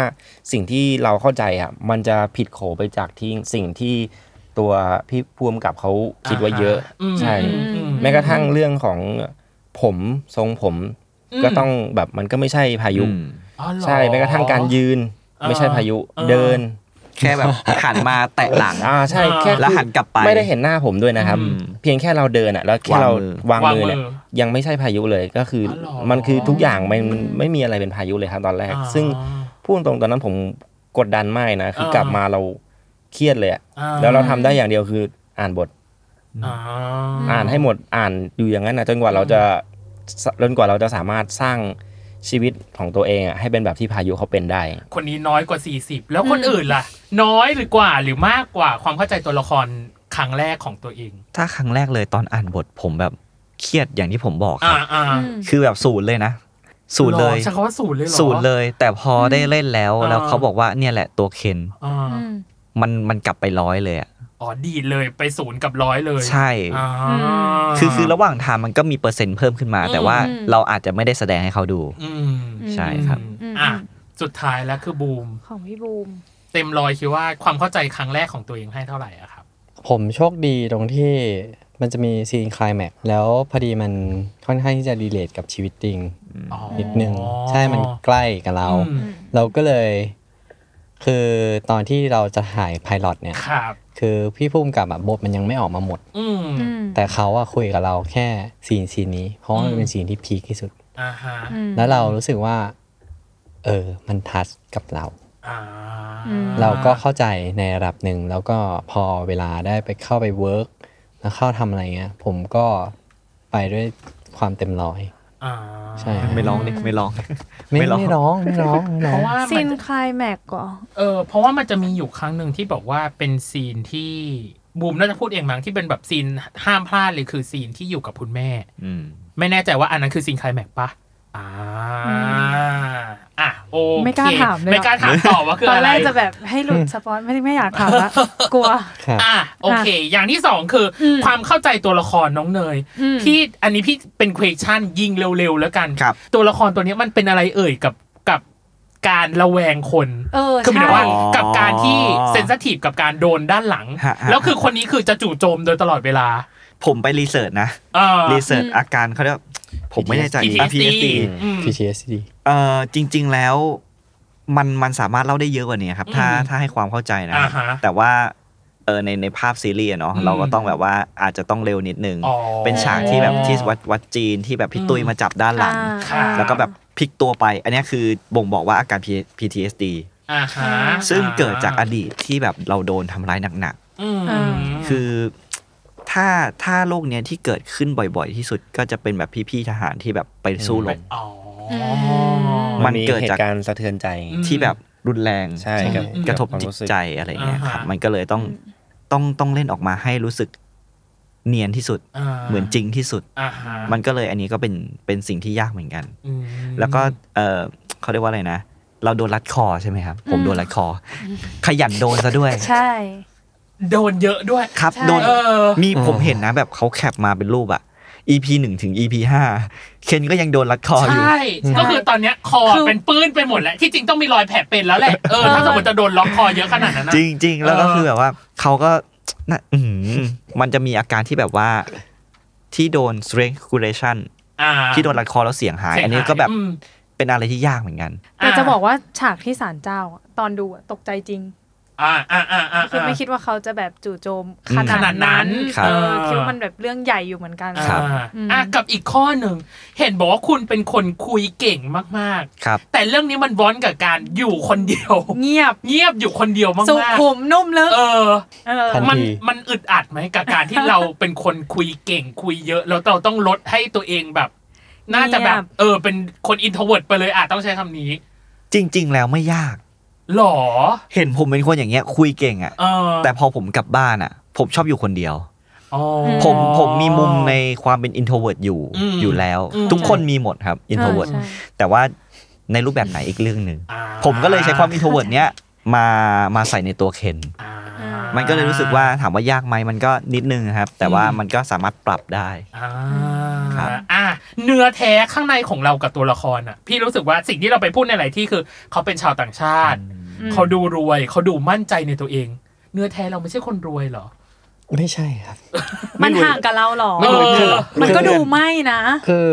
สิ่งที่เราเข้าใจอ่ะมันจะผิดโขไปจากที่สิ่งที่ตัวพี่ภูมิกับเขาคิดไว้เยอะ อ่าฮะ ใช่ อืม แม้กระทั่งเรื่องของผมทรงผมก็ต้องแบบมันก็ไม่ใช่พายุ อืม อ๋อเหอ ใช่แม้กระทั่งการยืน อ่า ไม่ใช่พายุ อ่า เดิน แค่ [LAUGHS] แบบหันมาแตะหลัง อ่าใช่แค่คือ แล้วหันกลับไป ไม่ได้เห็นหน้าผมด้วยนะครับ อืม เพียงแค่เราเดินอ่ะแล้วแค่เราวางมือเนี่ย วางมือ ยังไม่ใช่พายุเลยก็คืออ อเหรอ มันคือทุกอย่างมันมันไม่มีอะไรเป็นพายุเลยครับตอนแรก อ่า ซึ่งพูดตรงๆตอนนั้นผมกดดันมากนะคือ อ่าก ก ลับมาเราเครียดเลยอะ อ่า แล้วเราทำได้อย่างเดียวคืออ่านบท อ่า อ่านให้หมดอ่านอยู่อย่างนั้นนะจนกว่าเราจะจนกว่าเราจะสามารถสร้างชีวิตของตัวเองอะให้เป็นแบบที่พายุเขาเป็นได้ คนนี้น้อยกว่า 40 แล้วคน อืม อื่นล่ะ น้อยหรือกว่าหรือมากกว่าความเข้าใจตัวละครครั้งแรกของตัวเอง ถ้าครั้งแรกเลยตอนอ่านบทผมแบบเครียดอย่างที่ผมบอกค อ่า รับ อ่า อืม คือแบบศูนย์เลยนะ ศูนย์เลย หรอใช้คำว่าศูนย์เลยเหรอ ศูนย์เลย แต่พอได้เล่นแล้ว อ่า แล้วเขาบอกว่าเนี่ยแหละตัวเคน อ่า อืม มันมันกลับไปร้อยเลยอะ อ๋อดีดเลยไปศูนย์กับร้อยเลย ใช่ อ่า คือคือระหว่างทางมันก็มีเปอร์เซ็นต์เพิ่มขึ้นมา อืม แต่ว่าเราอาจจะไม่ได้แสดงให้เขาดู อืม ใช่ครับ อืม อ่ะสุดท้ายแล้วคือบูม ของพี่บูม เต็มร้อยคิดว่าความเข้าใจครั้งแรกของตัวเองให้เท่าไหร่อะครับ ผมโชคดีตรงที่มันจะมีซีนคลายแม็กซ์แล้วพอดีมันค่อนข้างที่จะรีเลทกับชีวิตจริง อ๋อ นิดนึงใช่มันใกล้กับเรา อืม เราก็เลย คือตอนที่เราจะถ่ายไพลอตเนี่ย ครับ คือพี่พุ่มกับแบบบทมันยังไม่ออกมาหมด อืม แต่เขาอะคุยกับเราแค่ซีนซีนนี้ เพราะว่ามันเป็นซีนที่พีคที่สุด อ่าฮะ แล้วเรารู้สึกว่า เออ มันทัชกับเรา อ่า อืม เราก็เข้าใจในระดับหนึ่ง แล้วก็พอเวลาได้ไปเข้าไปเวิร์กแล้วเข้าทำอะไรเงี้ย ผมก็ไปด้วยความเต็มร้อย อ่า ใช่ครับ ไม่ร้องดิไม่ร้อง ไม่ ไม่ร้อง ไม่ร้องไม่ร้องเพไม่ร้อง ราะว่า ซิ [LAUGHS] มันน คลายแม็กซ์ก่อน เออเพราะว่ามันจะมีอยู่ครั้งหนึ่งที่บอกว่าเป็นซีนที่บูมน่าจะพูดเองมั้งที่เป็นแบบซีนห้ามพลาดเลยคือซีนที่อยู่กับคุณแม่ อืม ไม่แน่ใจว่าอันนั้นคือซีนไคลแม็กซ์ปะอ่าอ่ะโอเค ไม่กล้าถามเลย ไม่กล้าถามต่อว่าคือ ตอน อะไร แรกจะแบบให้หลุดสปอยไม่ไม่อยากถามละกลัว ครับ อ่ะโอเค อย่างที่สองคืออ ม ความเข้าใจตัวละครน้องเนย อืม พี่อันนี้พี่เป็นเควชั่นยิงเร็วๆแล้วกัน ครับ ตัวละครตัวเนี้ยมันเป็นอะไรเอ่ยกับกับการระแวงคน เออ คือหมาใช่ยถึงว่า อ๋อ กับการที่เซน i ทีฟกับการโดนด้านหลัง ฮะฮะ แล้วคือคนนี้คือจะจู่โจมโดยตลอดเวลา ผมไปรีเสิร์ชนะ เอ่อ รีเสิร์ชอาการเขาเรียกว่าผมไม่แน่ใจ PTSD PTSD อืม PTSD เอ่อจริง ๆแล้วมันมันสามารถเล่าได้เยอะกว่านี้ครับ ถ้า อืม ถ้าให้ความเข้าใจนะ อ่าฮะ แต่ว่าเออในในภาพซีรีส์อะเนาะ อืม เราก็ต้องแบบว่าอาจจะต้องเร็วนิดนึง อ๋อ เป็นฉากที่แบบที่วัดวัดจีนที่แบบพี่ตุ้ยมาจับด้านหลัง อ่า แล้วก็แบบพลิกตัวไป อันเนี้ยคือบ่งบอกว่าอาการ PTSD อ่าฮะ ซึ่งเกิดจากอดีตที่แบบเราโดนทำร้ายหนัก อืม อ่า ๆ คือถ้าถ้าโรคเนี้ยที่เกิดขึ้นบ่อยๆที่สุดก็จะเป็นแบบพี่ๆทหารที่แบบไปสู้รบ อ๋อ มั มัน น เกิ เกิ ด ด จา จาก กการสะเทือนใจ อืม ที่แบบรุนแรง ใช่ครับ กระทบจิตใจอะไรเงี้ยครับ มันก็เลยต้องต้องต้องเล่นออกมาให้รู้สึกเนียนที่สุด เหมือนจริงที่สุด อ่าฮะ มันก็เลยอันนี้ก็เป็นเป็นสิ่งที่ยากเหมือนกัน อืม แล้วก็เออเขาเรียกว่าอะไรนะ เราโดนรัดคอใช่ไหมครับ ผมโดนรัดคออขยันโดนซะด้วย ใช่ โดนเยอะด้วย ครับ ใช่ โดน เออ มีผมเห็นนะแบบเขาแคปมาเป็นรูปอะ EP หนึ่งถึง EP ห้าเคนก็ยังโดนรัดคออยู่ ใช่ ก็คือตอนเนี้ยคอ คือ เป็นปื้นไปหมดแล้ว ที่จริงต้องมีรอยแผลเป็นแล้วแหละ เออ ถ้าสมมติจะโดนล็อกคอเยอะขนาดนั้นนะ จริงจริงๆ แล้วก็ เออ คือแบบว่าเขาก็น่ะอื้อหือมันจะมีอาการที่แบบว่าที่โดน strangulation อ่า ที่โดนรัดคอแล้วเสียงหาย เสียง อันนี้ก็แบบ หายอืม เป็นอะไรที่ยากเหมือนกัน แต่จะบอกว่าฉากที่ศาลเจ้าอะตอนดูอะตกใจจริง อ่าอ่าอ่าอ่า คือไม่คิดว่าเขาจะแบบจู่โจมข ขนา นาดดนั้ นั้น น ครับ เออคิดว่ามันแบบเรื่องใหญ่อยู่เหมือนกัน อ่า ครับ อ่ะกับอีกข้อหนึ่ง เห็นบอกว่าคุณเป็นคนคุยเก่งมาก ครับ ๆ แต่เรื่องนี้มันว้อนกับการอยู่คนเดียว เงียบ เงียบอยู่คนเดียวมาก สุ ๆ ขุมนุ่มลึก เออ เออ ทัน มัน ที มันอึดอัดไหมกับการที่เราเป็นคนคุยเก่งคุยเยอะ แล้วเราต้องลดให้ตัวเองแบบ น่าจะแบบ เงียบ เออ เป็นคนอินโทรเวิร์ดไปเลยอ่ะต้องใช้คำนี้ จริง ๆ แล้วไม่ยาก หรอ เห็นผมเป็นคนอย่างเงี้ยคุยเก่งอะ เออ แต่พอผมกลับบ้านอะผมชอบอยู่คนเดียว อ๋อ ผมผมมีมุมในความเป็น introvert อยู่ อืม อยู่แล้ว อืม ทุกคนมีหมดครับ introvert ใช่ แต่ว่าในรูปแบบไหนอีกเรื่องหนึ่ง อ่า ผมก็เลยใช้ความ introvert เนี้ยมามาใส่ในตัวเคน อ่า มันก็เลยรู้สึกว่าถามว่ายากไหมมันก็นิดนึงครับ แต่ว่ามันก็สามารถปรับได้ อ่า ครับ อ่ะเนื้อแท้ข้างในของเรากับตัวละครอ่ะ พี่รู้สึกว่าสิ่งที่เราไปพูดในหลายที่คือ เขาเป็นชาวต่างชาติ อืม เขาดูรวย เขาดูมั่นใจในตัวเอง เนื้อแท้เราไม่ใช่คนรวยเหรอ ไม่ใช่ครับ มันห่างกับเราเหรอ ไม่รวยขึ้นเหรอ มันก็ดูไม่นะ คือ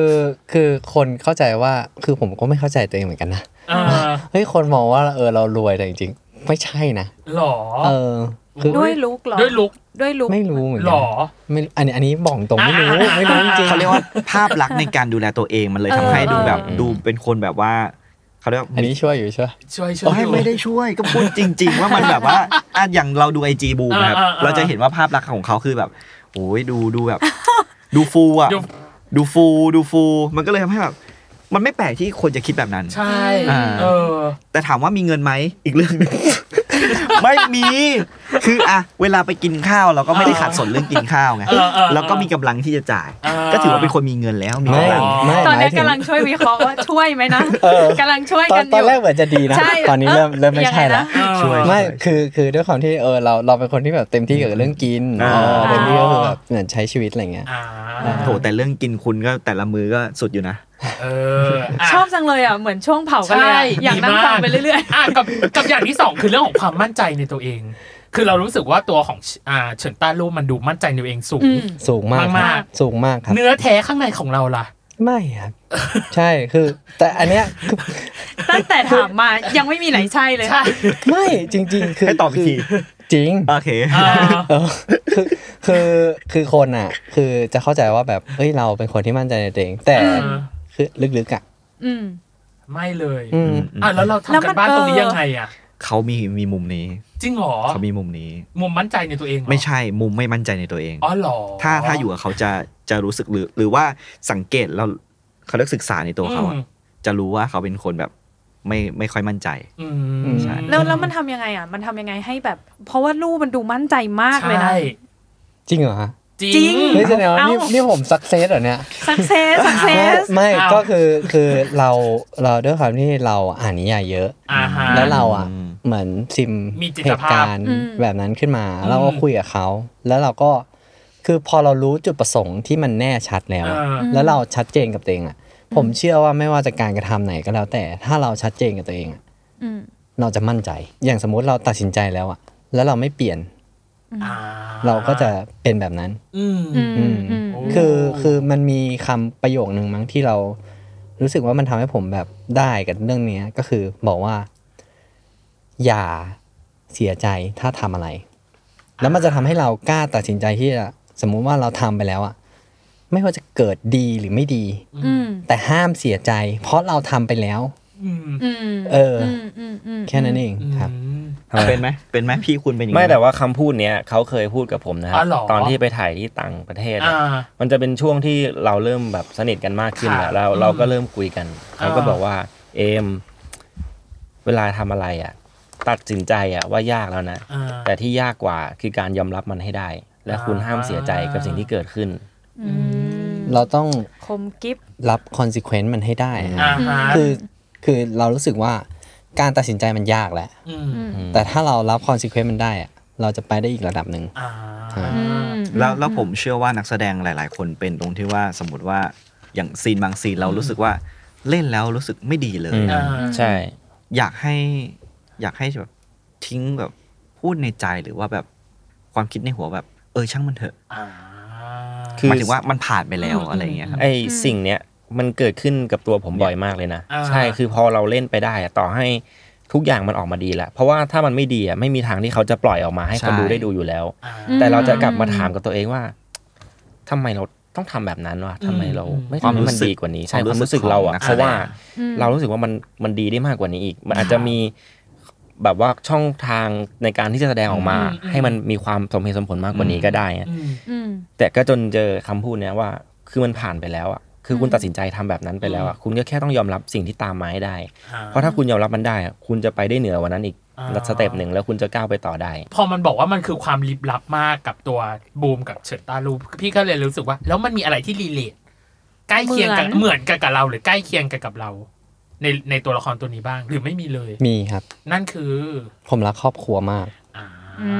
คือคนเข้าใจว่าคือผมก็ไม่เข้าใจตัวเองเหมือนกันนะ เออ เฮ้ยคนมองว่าเออเรารวยแต่จริงๆไม่ใช่นะ หรอ เออ คือ ด้วยลุกเหรอ ด้วยลุก ด้วยลุก ไม่รู้เหมือน หร กั อ ไม่อันนี้อันนี้บอกตรงไม่รู้ อ่า ไม่รู้จริง เขาเรียกว่าภาพลักษณ์ในการดูแลตัวเองมันเลยทำให้ เออ ดูแบบ เออ ดูเป็นคนแบบว่าเขาเรียกว่า อันนี้ช่วยอยู่ช่วย ช่วยช่วย ไม่ ดู ไม่ได้ช่วยก็พูดจริง ๆ ว่ามันแบบ [LAUGHS] ว่าอ่ะอย่างเราดูไอจีบูมครับ เออเออเออ เราจะเห็นว่าภาพลักษณ์ของเขาคือแบบโอ้ยดูดูแบบ ดูฟูอ่ะ ดู ดูฟูดูฟู มันก็เลยทำให้แบบมันไม่แปลกที่คนจะคิดแบบนั้น ใช่ อ่า เออ แต่ถามว่ามีเงินไหมอีกเรื่อง [LAUGHS] หนึง ไม่มี คืออะเวลาไปกินข้าวเราก็ไม่ได้ขัดสนเรื่องกินข้าวไง เออเออเออ เราก็มีกำลังที่จะจ่าย เออ ก็ถือว่าเป็นคนมีเงินแล้วมี ไม่ กำลัง ไม่ ตอนเนี้ย หมายถึง กำลังช่วยวิเคราะห์ว่าช่วยไหมนะ เออ กำลังช่วย ตอ กัน นอ ตอน ยู่ แรกเหมือนจะดีนะ ใช่ ตอนนี้เริ่มเริ่มไม่ ยังไง ใช่ละ นะ เออ ช่วย ไม่คือคือด้วยความที่เออเราเราเป็นคนที่แบบเต็มที่กับเรื่องกิน อ่า เออเต็มที่ก็คือแบบเหมือนใช้ชีวิตอะไรเงี้ย อ่า โถแต่เรื่องกินคุณก็แต่ละมือก็สุดอยู่นะ เอออ่ะ ชอบจังเลยอ่ะ เหมือนช่วงเผากันเลย ใช่ อะอยากนั่งฟังไปเรื่อย ๆอ่ะกับกับอย่างที่สองคือเรื่องของความมั่นใจในตัวเอง คือเรารู้สึกว่าตัวของอ่าเฉินต้าลู่มันดูมั่นใจในตัวเองสูง อืม สูงมากค มา รั ก บสูงมากครับ เนื้อแท้ข้างในของเราล่ะ ไม่ครับ ใช่คือ แต่อันเนี้ยๆคือตั้งแต่ถามมายังไม่มีไหนใช่เลย ใช่ ไม่จริง ๆ คือ ให้ตอบอีกที คืจริง โอเค เออ เออคือคือคือคนอ่ะ คือจะเข้าใจว่าแบบเฮ้ยเราเป็นคนที่มั่นใจในตัวเอง แต่ เออ คือลึกๆอ่ะ อืม ไม่เลย อืม อ่ะแล้วเรา แล้ว ทำมักัน น บ้านตรงนี้ เออ ยังไงอ่ะ เขามีมีมุมนี้ จริงเหรอ เขามีมุมนี้ มุมมั่นใจในตัวเองเหรอ ไม่ใช่มุมไม่มั่นใจในตัวเอง อ๋อเหรอ ถ้าถ้าอยู่กับเขาจะจะรู้สึกหรือหรือว่าสังเกตเราเขาเรียกศึกษาในตัวเขาอะ อืม จะรู้ว่าเขาเป็นคนแบบไม่ไม่ค่อยมั่นใจ อืม ใช่ แล้วแล้วมันทำยังไงอ่ะ มันทำยังไงให้แบบ เพราะว่าลูกมันดูมั่นใจมากเลยนะ ใช่ จริงเหรอฮะ จริ จริง ง เฮ้ยแสดงว่า เอ้านี่ นี่นี่ผมสักเซสเหรอเนี่ย สักเซสสักเซ ไม่ ส ไม่ อ้าว ก็คือคือเราเราด้วยความที่เราอ่านนิยายเยอะ อ่าฮะ แล้วเราอ่ะ อืม เหมือนซิม มีจิต เหตุ ภาพ การณ์ อืม แบบนั้นขึ้นมา เรา อื ก็ ม คุยกับเขาแล้วเราก็คือพอเรารู้จุดประสงค์ที่มันแน่ชัดแล้ว เอ อะ อ แล้วเราชัดเจนกับตัวเองอ่ะ ผมเชื่อว่าไม่ว่าจะการกระทำไหนก็แล้ว แต่ถ้าเราชัดเจนกับตัวเองอะ อืม เราจะมั่นใจ อย่างสมมุติเราตัดสินใจแล้วอ่ะ แล้วเราไม่เปลี่ยน อ่ เราก็จะเป็นแบบนั้น อืม อืม อืม อืม คือคือมันมีคำประโยคนึงมั้งที่เรารู้สึกว่ามันทำให้ผมแบบได้กับเรื่องเนี้ยก็คือบอกว่า อย่าเสียใจถ้าทำอะไร แล้วมันจะทำให้เรากล้าตัดสินใจที่จะสมมุติว่าเราทำไปแล้วอะไม่ว่าจะเกิดดีหรือไม่ดี อืม แต่ห้ามเสียใจ เพราะเราทำไปแล้ว อืม อืม เอออื มอืมอืม แค่นั้นเองครับ อืม เป็นไหมเป็นไหมพี่คุณเป็นอย่าง ไม่ นี้ห แต่ว่าคำพูดเนี้ยเขาเคยพูดกับผมนะครั อ๋ บ อเหรอ ตอนที่ไปถ่ายที่ต่างประเทศ อ่า อะมันจะเป็นช่วงที่เราเริ่มแบบสนิทกันมากขึ้น ค่ะ แล้วเราเราก็เริ่มคุยกันเขาก็ อ่า บอกว่า เอม เวลาทำอะไรอ่ะ ตัดสินใจอ่ะว่ายากแล้วนะ อ่า แต่ที่ยากกว่าคือการยอมรับมันให้ได้ และคุณห้ามเสียใจกับสิ่งที่เกิดขึ้น อืม เราต้อง คมกิฟ รับคอนซ e เควนต์มันให้ได้ฮะ อ่าฮะ คือคือเรารู้สึกว่าการตัดสินใจมันยากแหละ ม แต่ถ้าเรารับคอนซีเควนต์มันได้อะเราจะไปได้อีกระดับหนึ่ง อ่า แล้วแล้วผมเชื่อว่านักแสดงหลาย ๆ คนเป็นตรงที่ว่าสมมติว่าอย่างซีนบางซีนเรารู้สึกว่าเล่นแล้วรู้สึกไม่ดีเลย อืม อ่า ใช่ อยากให้อยากให้แบบทิ้งแบบพูดในใจหรือว่าแบบความคิดในหัวแบบ เออช่างมันเถอะ อ่า คือ หมายถึงว่ามันผ่านไปแล้ว อืม อะไรอย่างเงี้ยครับ ไอสิ่งเนี้ยมันเกิดขึ้นกับตัวผมบ่อยมากเลยนะ อ่า ใช่คือพอเราเล่นไปได้อะต่อให้ทุกอย่างมันออกมาดีแหละเพราะว่าถ้ามันไม่ดีอ่ะไม่มีทางที่เขาจะปล่อยออกมาให้ ใช่ คนดูได้ดูอยู่แล้ว อ่า แต่เราจะกลับมาถามกับตัวเองว่าทำไมเราต้องทำแบบนั้นวะทำไมเรา อืม ไม่ทำให้มันดีกว่านี้ใช่ความรู้สึกเราอ่ะ ขงนั เพ แสดง ราะว่า เรารู้สึกว่ามันมันดีได้มากกว่านี้อีก มันอาจจะมีแบบว่าช่องทางในการที่จะแสดงออกมา อืมอืม ให้มันมีความสมเหตุสมผลมากกว่านี้ก็ได้อะ อืม อืม แต่ก็จนเจอคำพูดเนี้ยว่า คือมันผ่านไปแล้วอ่ะคือคุณตัดสินใจทำแบบนั้นไปแล้วอ่ะคุณก็แค่ต้องยอมรับสิ่งที่ตามมาให้ได้ เพราะถ้าคุณยอมรับมันได้อะคุณจะไปได้เหนือกว่านั้นอีก อ่า ระดับสเต็ปหนึ่งแล้วคุณจะก้าวไปต่อได้ พอมันบอกว่ามันคือความลิบลับมากกับตัวบูมกับเฉิดตาลูพี่ก็เลยรู้สึกว่า แล้วมันมีอะไรที่รีเลทใกล้เคียงกัน เหมือน เหมือนกันกับเราหรือใกล้เคียงกันกับเรา ในในตัวละครตัวนี้บ้างหรือไม่มีเลย มีครับ นั่นคือ ผมรักครอบครัวมาก อ่า อื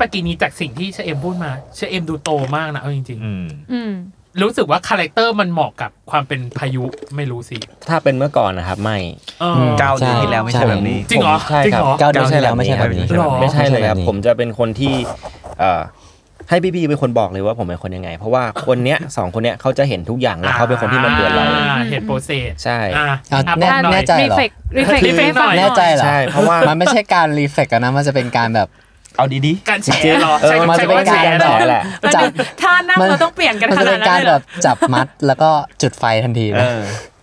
ปกีนี้จากสิ่งที่เชอเอมพูดมาเชอเอมดูโตมากนะเอาจริง อืม อืม ๆรู้สึกว่าคาแรคเตอร์มันเหมาะกับความเป็นพายุไม่รู้สิ ถ้าเป็นเมื่อก่อนนะครับไม่ เออ เก้าเดือน ใช่ ที่แล้วไม่ใช่แบบนี้ จริงเหรอ ผมใช่ จริง ครัเหบรอ เก้าเดือนที่แล้วไม่ใช่แบบนี้ หรอ ไม่ใช่เลยครัไม่ใช่แบบบนี้ ผมจะเป็นคนที่เอ่อให้พี่บีเป็นคนบอกเลยว่าผมเป็นคนยังไง เพราะว่าคนเนี้ย สองคนเนี้ยเขาจะเห็นทุกอย่างแล้วเขาเป็นคนที่มันเดือนเรา าเห็นโปรเซส ใช่ อ่ะ อ่ะ อ่ะ แน่ บอกหอย แน่ใจ รี เหรอ เฟกรี [LAUGHS] เฟก รีเฟกหน่อย แน่ใจเหรอ ใช่เพราะว่า นไม่ใช่การรีเฟกกันนะมันจะเป็นการแบบ เอาดี การแฉเหรอ เออ ใช่ มัน ใช่ จะเป็น ว่าแฉ การ เห แบ ร บ อ แหละ จับ ท่านั่ง มั เราต้องเปลี่ยนกัน มั ข จะ นา เป็ ด น นั้ กาน ร เลยเห แบ [LAUGHS] รอบ จับมัดแล้วก็จุดไฟทันที ๆ เอ นะ อ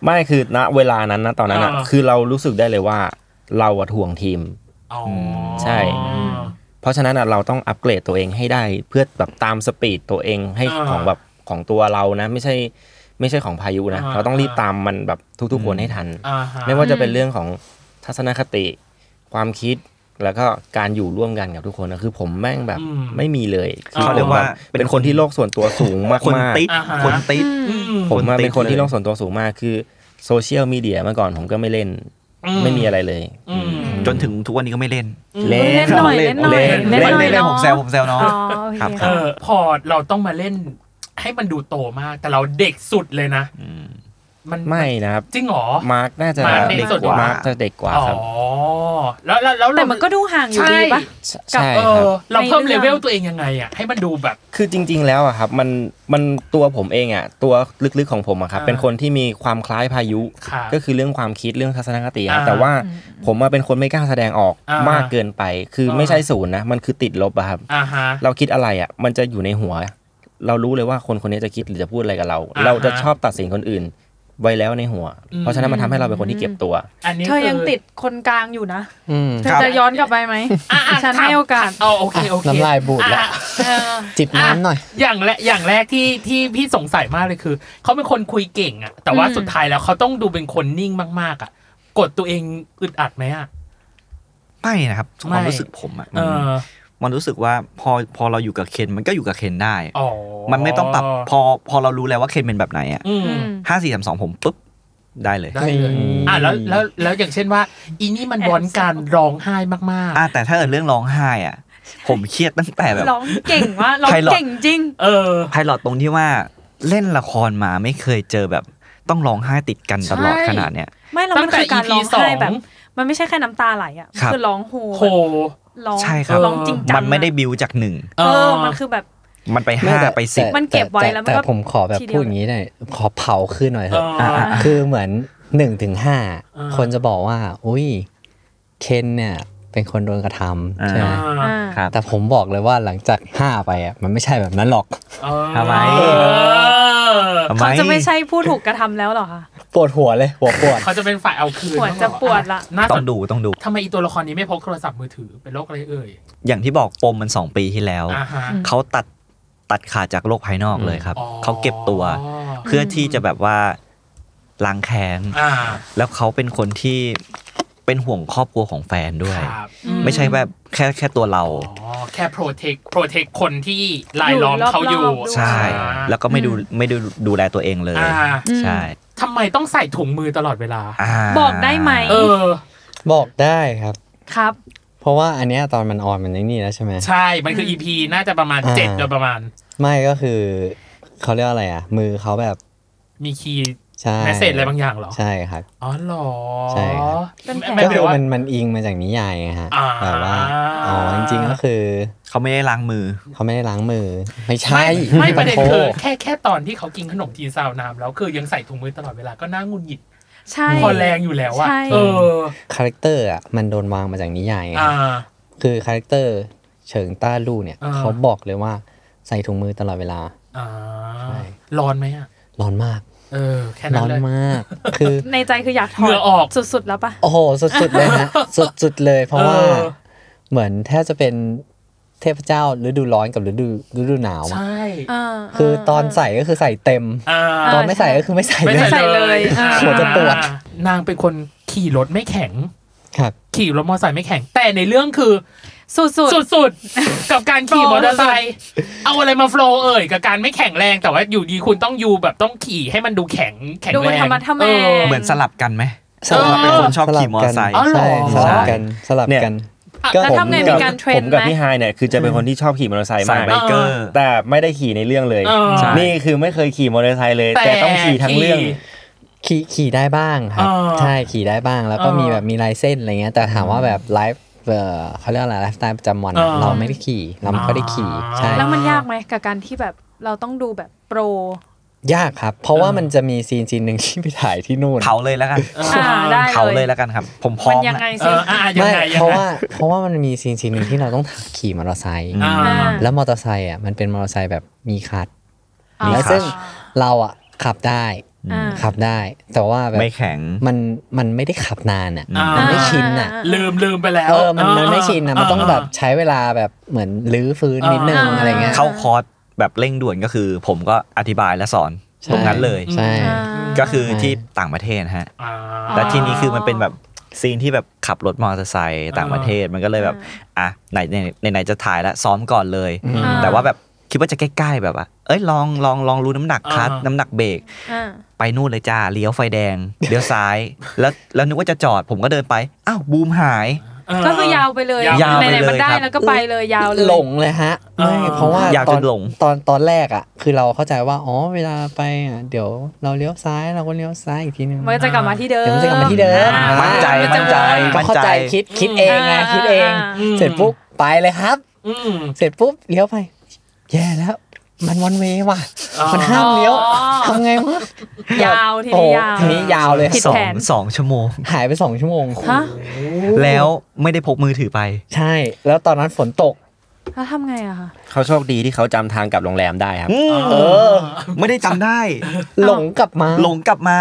ไม่คือณเวลานั้นนะตอนนั้นอะ อ่า คือเรารู้สึกได้เลยว่าเราอะถ่วงทีม อ๋อ ใช่ เพราะฉะนั้นอะเราต้องอัปเกรดตัวเองให้ได้เพื่อแบบตามสปีดตัวเองให้ของแบบของตัวเรานะไม่ใช่ไม่ใช่ของพายุนะเราต้องรีบตามมันแบบทุกๆคนให้ทัน อ่าฮะ ไม่ว่าจะเป็นเรื่องของทัศนคติ ความคิดแล้วก็การอยู่ร่วมกันกับทุกคนนะคือผมแม่งแบบไม่มีเลยคือ เขาเรียก ผม ว่า แบบเป็นคนที่โลกส่วนตัวสูงมาก คน มาก ติดคนติด อืม ผมมา คนติด เป็นคนที่โลกส่วนตัวสูงมากคือโซเชียลมีเดียเมื่อก่อนผมก็ไม่เล่น อืม ไม่มีอะไรเลย อืม จนถึงทุกวันนี้ก็ไม่เล่น เล่ เล่นหน่อยเล่นหน่อย เล่นเล่นเล่น อะ ผมแซวผมแซวน้อง อ๋อโอเค ครับ เอ ค่ะ อพอเราต้องมาเล่นให้มันดูโตมาก แต่เราเด็กสุดเลยนะ อืม มัน ไม่นะครับ จริงเหรอ มาร์กน่าจะ มาร์คเด็ เด็ ก ก สุด กว่ามาร์กจะเด็กกว่า อ๋อ ครับ แล้วแล้วแล้วเรา แต่มันก็ดูห่างอยู่ดีปะ ใช่ เอ ครั อบ เราเพิ่ม ใน เล เรื่อง เวลตัวเองยังไงอ่ะให้มันดูแบบ คือจริง ๆ แล้วอะครับมันมันตัวผมเองอะตัวลึกๆของผมอะครับ อ่า เป็นคนที่มีความคล้ายพายุ ครับ ก็คือเรื่องความคิดเรื่องทัศนคติอะ อ่า แต่ว่าผมมาเป็นคนไม่กล้าแสดงออก อ่าม มากเกินไป คือไม่ใช่ศูนย์นะมันคือติดลบอะครับ อ่าฮะ เราคิดอะไรอะมันจะอยู่ในหัว เรารู้เลยว่าคนคนนี้จะคิดหรือจะพูดอะไรกับเรา อ่าฮะ เราจะชอบตัดสินคนอื่น ไว้แล้วในหัว อืม เพราะฉะนั้นมันทำให้เราเป็นคนที่เก็บตัว อันนี้ เธอยัง คื ติดคนกลางอยู่นะ อืม เธอ ครับ จะย้อนกลับไปไหม อ่ะอ่ะ ฉัน ครับ ให้โอกาส เอาโอเคโอเค น้ำลายบูดแล้ว อ่ะ เออ จิบน้ำหน่อย อย่างแรกอย่างแรกที่ที่พี่สงสัยมากเลยคือ เขาเป็นคนคุยเก่งอะแต่ว่า อืม สุดท้ายแล้วเขาต้องดูเป็นคนนิ่งมากๆอะกดตัวเองอึดอัดไหมอะ ไม่นะครับความ ไม่ รู้สึกผมอะ เอ มัน อ มันรู้สึกว่าพอพอเราอยู่กับเคนมันก็อยู่กับเคนได้ อ๋อ มันไม่ต้องปรับพอพอเรารู้แล้วว่าเคนเป็นแบบไหนอ่ะ อืม อืม ห้าสี่สามสองผมปุ๊บได้เลย ได้เลยอ่ะแล้วแล้วแล้วอย่างเช่นว่า อีนี่มันบอนการร้องไห้มาก อ่ะแต่ถ้าเกิดเรื่องร้องไห้อ่ะ ผมเครียดตั้งแต่แบบ ร้องเก่งว่าร้อง ใครหรอก เก่งจริง ๆ เออ ไพลอตตรงที่ว่าเล่นละครมาไม่เคยเจอแบบต้องร้องไห้ติดกันตลอด ใช่ ขนาดเนี้ย ไม่เรา ตั้ มั ง น แต่ คือการ EP ร้องไห้แบบ สอง มันไม่ใช่แค่น้ำตาไหลอ่ะ ครับ คือร้องโฮ โห ร้อง ใช่ครับ ร้องจริงจัง มันไม่ได้ อะ บิวจากหนึ่ง เออมันคือแบบ มันไป ไม่ ห้า แต่ ไปสิบ แต่ มันเก็บไว้ ต่ แล้วมัน แต่ ก็ ผมขอแบบ ทีเดียว พูดอย่างนี้หน่อยขอเผาขึ้นหน่อยเถอะ อ่า อ่ะคือเหมือนหนึ่งถึงห้า อ่า คนจะบอกว่า อุ้ยเคนเนี่ย เป็นคนโดนกระทำ อ่า ใช่ไหม อ่า อ่า ครับ แต่ผมบอกเลยว่าหลังจากห้าไปอ่ะมันไม่ใช่แบบนั้นหรอก ทำไม เออ ทำไม เขาจะไม่ใช่ผู้ถูกกระทำแล้วเหรอคะ ปวดหัวเลยหัวปวด เขาจะเป็นฝ่ายเอาคืน ปวดจะปวดละ น่า ต้ ส อนงดูต้องดู ทำไมอีตัวละครนี้ไม่พกโทรศัพท์มือถือเป็นโรคอะไรเอ่ย อย่างที่บอกปมมันสองปีที่แล้ว อ่าฮะ เขาตัดตัดขาดจากโลกภายนอกเลยครับ อ๋อ เขาเก็บตัว เพื่อที่จะแบบว่าล้างแค้น อ่า แล้วเขาเป็นคนที่เป็นห่วงครอบครัวของแฟนด้วย ครับ ไม่ใช่แบบแค่แค่ตัวเรา อ๋อแค่ protect protect คนที่ลายล้อมเขาอยู่ อยู่รอบๆด้วย ใช่ แล้วก็ไม่ดูไม่ดูดูแลตัวเองเลย อ่า ใช่ ทำไมต้องใส่ถุงมือตลอดเวลา า บอกได้ไหม เออ บอกได้ครับ ครับ เพราะว่าอันเนี้ยตอนมันออนมันยังนี่แล้วใช่ไหม ใช่ มันคือ EP น่าจะประมาณ อ่า เจ็ดโดยประมาณ ไม่ก็คือเขาเรียกว่าอะไรอ่ะ มือเขาแบบ มีคีย์ ใช่ แมสเซจอะไรบางอย่างเหรอ ใช่ครับ อ๋อเหรอ ใช่ครับ เป็นแผล ไม่ ก็ เป็ คื น อ ว่า มันมันอิงมาจากนิยายไงฮะ อ่า แบบว่าอ๋อจริงๆก็คือ เขาไม่ได้ล้างมือ เขาไม่ได้ล้างมือ ไม่ใช่ ไม่ไม่ [LAUGHS] ประเด็น โท คือ ษ แค่แค่ตอนที่เขากินขนมจีนซาวน้ำแล้วคือยังใส่ถุงมือตลอดเวลาก็น่าหงุนหงิด ใช่ พอแรงอยู่แล้วอะ ใช่ เออ คาแรคเตอร์อ่ะมันโดนวางมาจากนิยายไง อ่า คือคาแรคเตอร์เฉิงต้าลู่เนี่ย อ่า เขาบอกเลยว่าใส่ถุงมือตลอดเวลา อ่า ใช่ ร้อนไหมอะ ร้อนมาก เออ แค่นั้นร้อน เลย มาก คือ ในใจคืออยากถ เหงื่อออก สุดๆแล้วปะ โอ้โหสุดๆเลย [LAUGHS] ฮะ สุดๆเลย เพราะว่า เออ เหมือนแทบจะเป็นเทพเจ้าฤดูร้อนกับฤดูฤดูหนาวอะ ใช่ คือตอนใส่ก็คือใส่เต็ม อ่า เ ตอนไม่ใส่ก็คือไม่ใส่ ไม่ เลย ใส่ เล เลย ย หัวจะปวด นางเป็นคนขี่รถไม่แข็ง ครับ ขี่รถมอเตอร์ไซค์ไม่แข็ง แต่ในเรื่องคือ สุด สุดๆ กับการขี่มอเตอร์ไซค์เอาอะไรมาโฟล์เอ่ยกับการไม่แข็งแรง แต่ว่าอยู่ดีคุณต้องอยู่แบบต้องขี่ให้มันดูแข็งแข็ง ดู แรง ธรรมะธรรแมง เออ เหมือนสลับกันไหม เออ เป็นคนชอบขี่มอเตอร์ไซค์ สอ๋อเหรอลับกันใช่สลับกันสลับกัน ๆ ก็ แล้วทำไงมีการเทร ผ น ม ไห กับ ม พี่ไฮายเนี่ยคือจะเป็นคนที่ชอบขี่มอเตอร์ไซสามค์าย ก ไบเกอร์ แต่ไม่ได้ขี่ในเรื่องเลย เออ ใช่ นี่คือไม่เคยขี่มอเตอร์ไซค์เลย แต่ต้องขี่ทั้งเรื่อง ขี่ขี่ได้บ้างครับ อ่า ใช่ขี่ได้บ้างแล้วก็ อ่ามี มีแบบมีลายเส้นอะไรเงี้ยแต่ถามว่าแบบไลฟ์เอ่อเขาเรียกอะไรไลฟ์สไตล์ประจำวันอะ อ่า เราไม่ได้ขี่เราไม่ค่อยได้ขี่ อ่า ใช่ แล้วมันยากไหมกับการที่แบบเราต้องดูแบบโปร ยากครับ เพราะว่า เออ มันจะมีซีนซีนหนึ่ง [LAUGHS] ที่ไปถ่ายที่นู่น เผาเลยแล้วกัน อ่าได้ เผา เล เลย ยแล้วกันครับ ผมพร้อ มั ม นยัแล้ว งไง เอ สิ ออ่ะยัง ไม่ ไงยัง เพราะ ไง ว่าเพราะว่ามันมีซีนซีนหนึ่งที่เราต้องขี่มอเตอร์ไซค์ อ่า อ่า แล้วมอเตอร์ไซค์อ่ะมันเป็นมอเตอร์ไซค์แบบมีคลัด อ่า แล้วซึ่ง เราอ่ะขับได้ อ่า ขับได้ แต่ว่าแบบ ไม่แข็ง มันมันไม่ได้ขับนานอ่ะ อ่ามั มันไม่ชินอ่ะ ลืมลืมไปแล้ว เออ มันมันไม่ชินนะ มันต้องแบบ า ใช้เวลาแบบเหมือนรื้อฟื้นนิดนึง อ่า อะไรเงี้ย เข้าคอร์สแบบเร่งด่วนก็คือ ผมก็อธิบายและสอน ใช่ ตรงนั้นเลย ใช่ อ่า ก็คือที่ต่างประเทศนะฮะ อ่า และที่นี้คือมันเป็นแบบซีนที่แบบขับรถมอเตอร์ไซค์ต่างประเทศมันก็เลยแบบอ่ะไหนไหนไหนไหนจะถ่ายแล้วซ้อมก่อนเลย อ่า แต่ว่าแบบคิดว่าจะใกล้ๆแบบว่าเอ้ยลองลองลองรู้น้ำหนักคัด อ่า น้ำหนักเบรก อ่า ไปนู่นเลยจ้าเลี้ยวไฟแดงเลี้ยวซ้าย แล้วแล้วนึกว่าจะจอดผมก็เดินไปอ้าวบูมหาย เ ก็คือยาวไปเลย ยาวไป ไห เล น ย ๆมันได้ ครับ แล้วก็ไปเลยยาวเลย หลงเลยฮะ อ่า ไม่ เพราะว่า อยาก ตอ จะหลง ตอนตอนแรกอ่ะ คือเราเข้าใจว่า อ๋อ เวลาไปอ่ะเดี๋ยวเราเลี้ยวซ้ายเราก็เลี้ยวซ้ายอีกทีนึง มันก็จะกลับมาที่เดิม เดี๋ยวมันจะกลับมาที่เดิม อ่ามั่ มั่ นใจมั่นใจ ก็เข้าใจคิดคิดเองไง อ่า คิดเอง อ่า เสร็จปุ๊บไปเลยครับ อืม เสร็จปุ๊บเลี้ยวไป แย่แล้ว มันวันเวว่ะ อ๋อ มันห้ามเลี้ยว อ๋อ ทำไงวะ ยาวที โอ้ นี้ยาว ทีนี้ยาวเลย ผิด สอ แผ ง น สองชั่วโมง หายไปสองชั่วโมง ฮะ แล้วไม่ได้พกมือถือไป ใช่ แล้วตอนนั้นฝนตก แล้วทำไงอะคะ เขาโชคดีที่เขาจำทางกลับโรงแรมได้ครับ เออ ไม่ได้จำได้ หลงกลับมา หลงกลับมา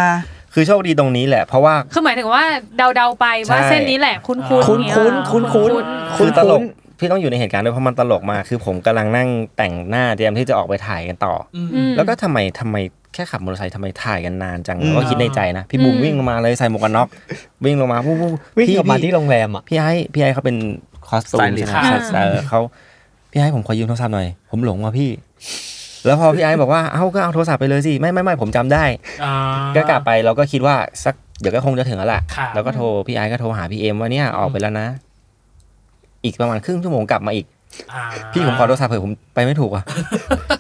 คือโชคดีตรงนี้แหละ เพราะว่า คือหมายถึงว่าเดาๆไปว่า ใช่ เส้นนี้แหละคุ้นๆ คุ้น อย่างเงี้ย คุ้นคุ้นคุ้น คื คุ้ อน ตล คุ้ ก น พี่ต้องอยู่ในเหตุการณ์ด้วยเพราะมันตลกมากคือผมกำลังนั่งแต่งหน้าเตรียมที่จะออกไปถ่ายกันต่ออ อืม แล้วก็ทำไมทำไมแค่ขับมอเตอร์ไซค์ทำไมถ่ายกันนานจังแล้วก็ อืม คิดในใจนะ พี่บูม อืม วิ่งลงมาเลยใส่หมวกกันน็อกวิ่งลงมาวู้วู้ วิ่ง พี่ กลับมา พี่ ที่โรงแรมอ่ะ พี่ไอ้พี่ไอ้เขาเป็นคอสตูม Stylist ใช่ไหม ค่ะ เออเขาพี่ไอ้ผมขอยืมโทรศัพท์หน่อย ผมหลงว่ะพี่ แล้วพอพี่ไอ้บอกว่าเอ้าก็เอาโทรศัพท์ไปเลยสิไม่ไม่ไม่ผมจำได้ อ่า ก็กลับไปเราก็คิดว่าสักเดี๋ยวก็คงจะถึงแล้วล่ะ ครับ แล้วก็โทรพี่ไอซ์ก็โทรหาพี่เอ็มว่าเนี่ยออกไปแล้วนะ อีกประมาณครึ่งชั่วโมงกลับมาอีก อ่า พี่ผมขอโทรศัพท์เผื่อผมไปไม่ถูกอ่ะ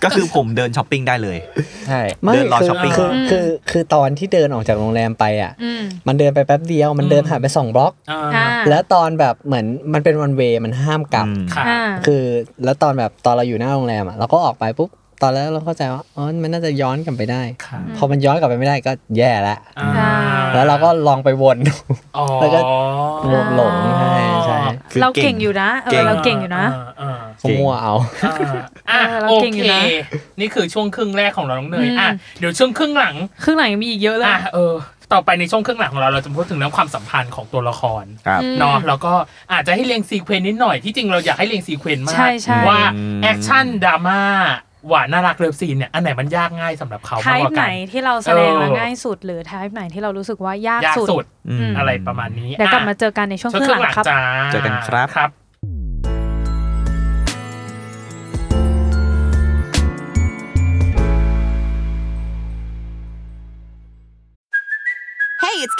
ก็คือผมเดินช้อปปิ้งได้เลย ใช่ ไม่ เดินรอ คือ ช้อปปิ้ง คือคือคือตอนที่เดินออกจากโรงแรมไปอ่ะ อืม มันเดินไปแป๊บเดียวมันเดินผ่านไปสองบล็อก อ่า อ่า แล้วตอนแบบเหมือนมันเป็นวันเวมันห้ามกลับ อืม ค่ะ อ่า คือแล้วตอนแบบตอนเราอยู่หน้าโรงแรมอ่ะเราก็ออกไปปุ๊บตอนแรกเราเข้าใจว่าอ๋อมันน่าจะย้อนกลับไปได้ ค่ะ พอมันย้อนกลับไปไม่ได้ก็แย่ละ อ่า แล้วเราก็ลองไป [LAUGHS] วนดู อ๋อ แล้วก็ วนหลงใช่ใช่ คือ เราเก่งอยู่นะเอ เก่ อง เราเก่งอยู่นะ อ่า ก็มั่วเอา อ่าอ่า เออเรา โอ เก่งอยู่ เค นะ นี่คือช่วงครึ่งแรกของเราน้องเนย อืม อ่ะเดี๋ยวช่วงครึ่งหลัง ครึ่งหลังยังมีอีกเยอะเลย อ่ะเออ ต่อไปในช่วงครึ่งหลังของเราเราจะพูดถึงเรื่องความสัมพันธ์ของตัวละคร ครับ อืม เนาะแล้วก็อาจจะให้เรียงซีเควนต์นิดหน่อยที่จริงเราอยากให้เรียงซีเควนต์มา ใช่ ก ใช่ ว่า อืม แอคชั่นดราม่าหวานน่ารักเลิฟซีนเนี่ยอันไหนมันยากง่ายสำหรับเขา ไท มากก ป์ ว่า ไหน กัน ที่เราแสดงแล้ว เออ ง่ายสุด หรือไทป์ไหนที่เรารู้สึกว่ายาก ยาก สุด สุด อืม อะไรประมาณนี้ เดี๋ยวกลับมา อ่ะ เจอกันในช่วง ช่วง ครึ่ ค ง รึ่ หลั ง ง หลัง ครับ จ้า เจอกันครับ ครับ Hey, it's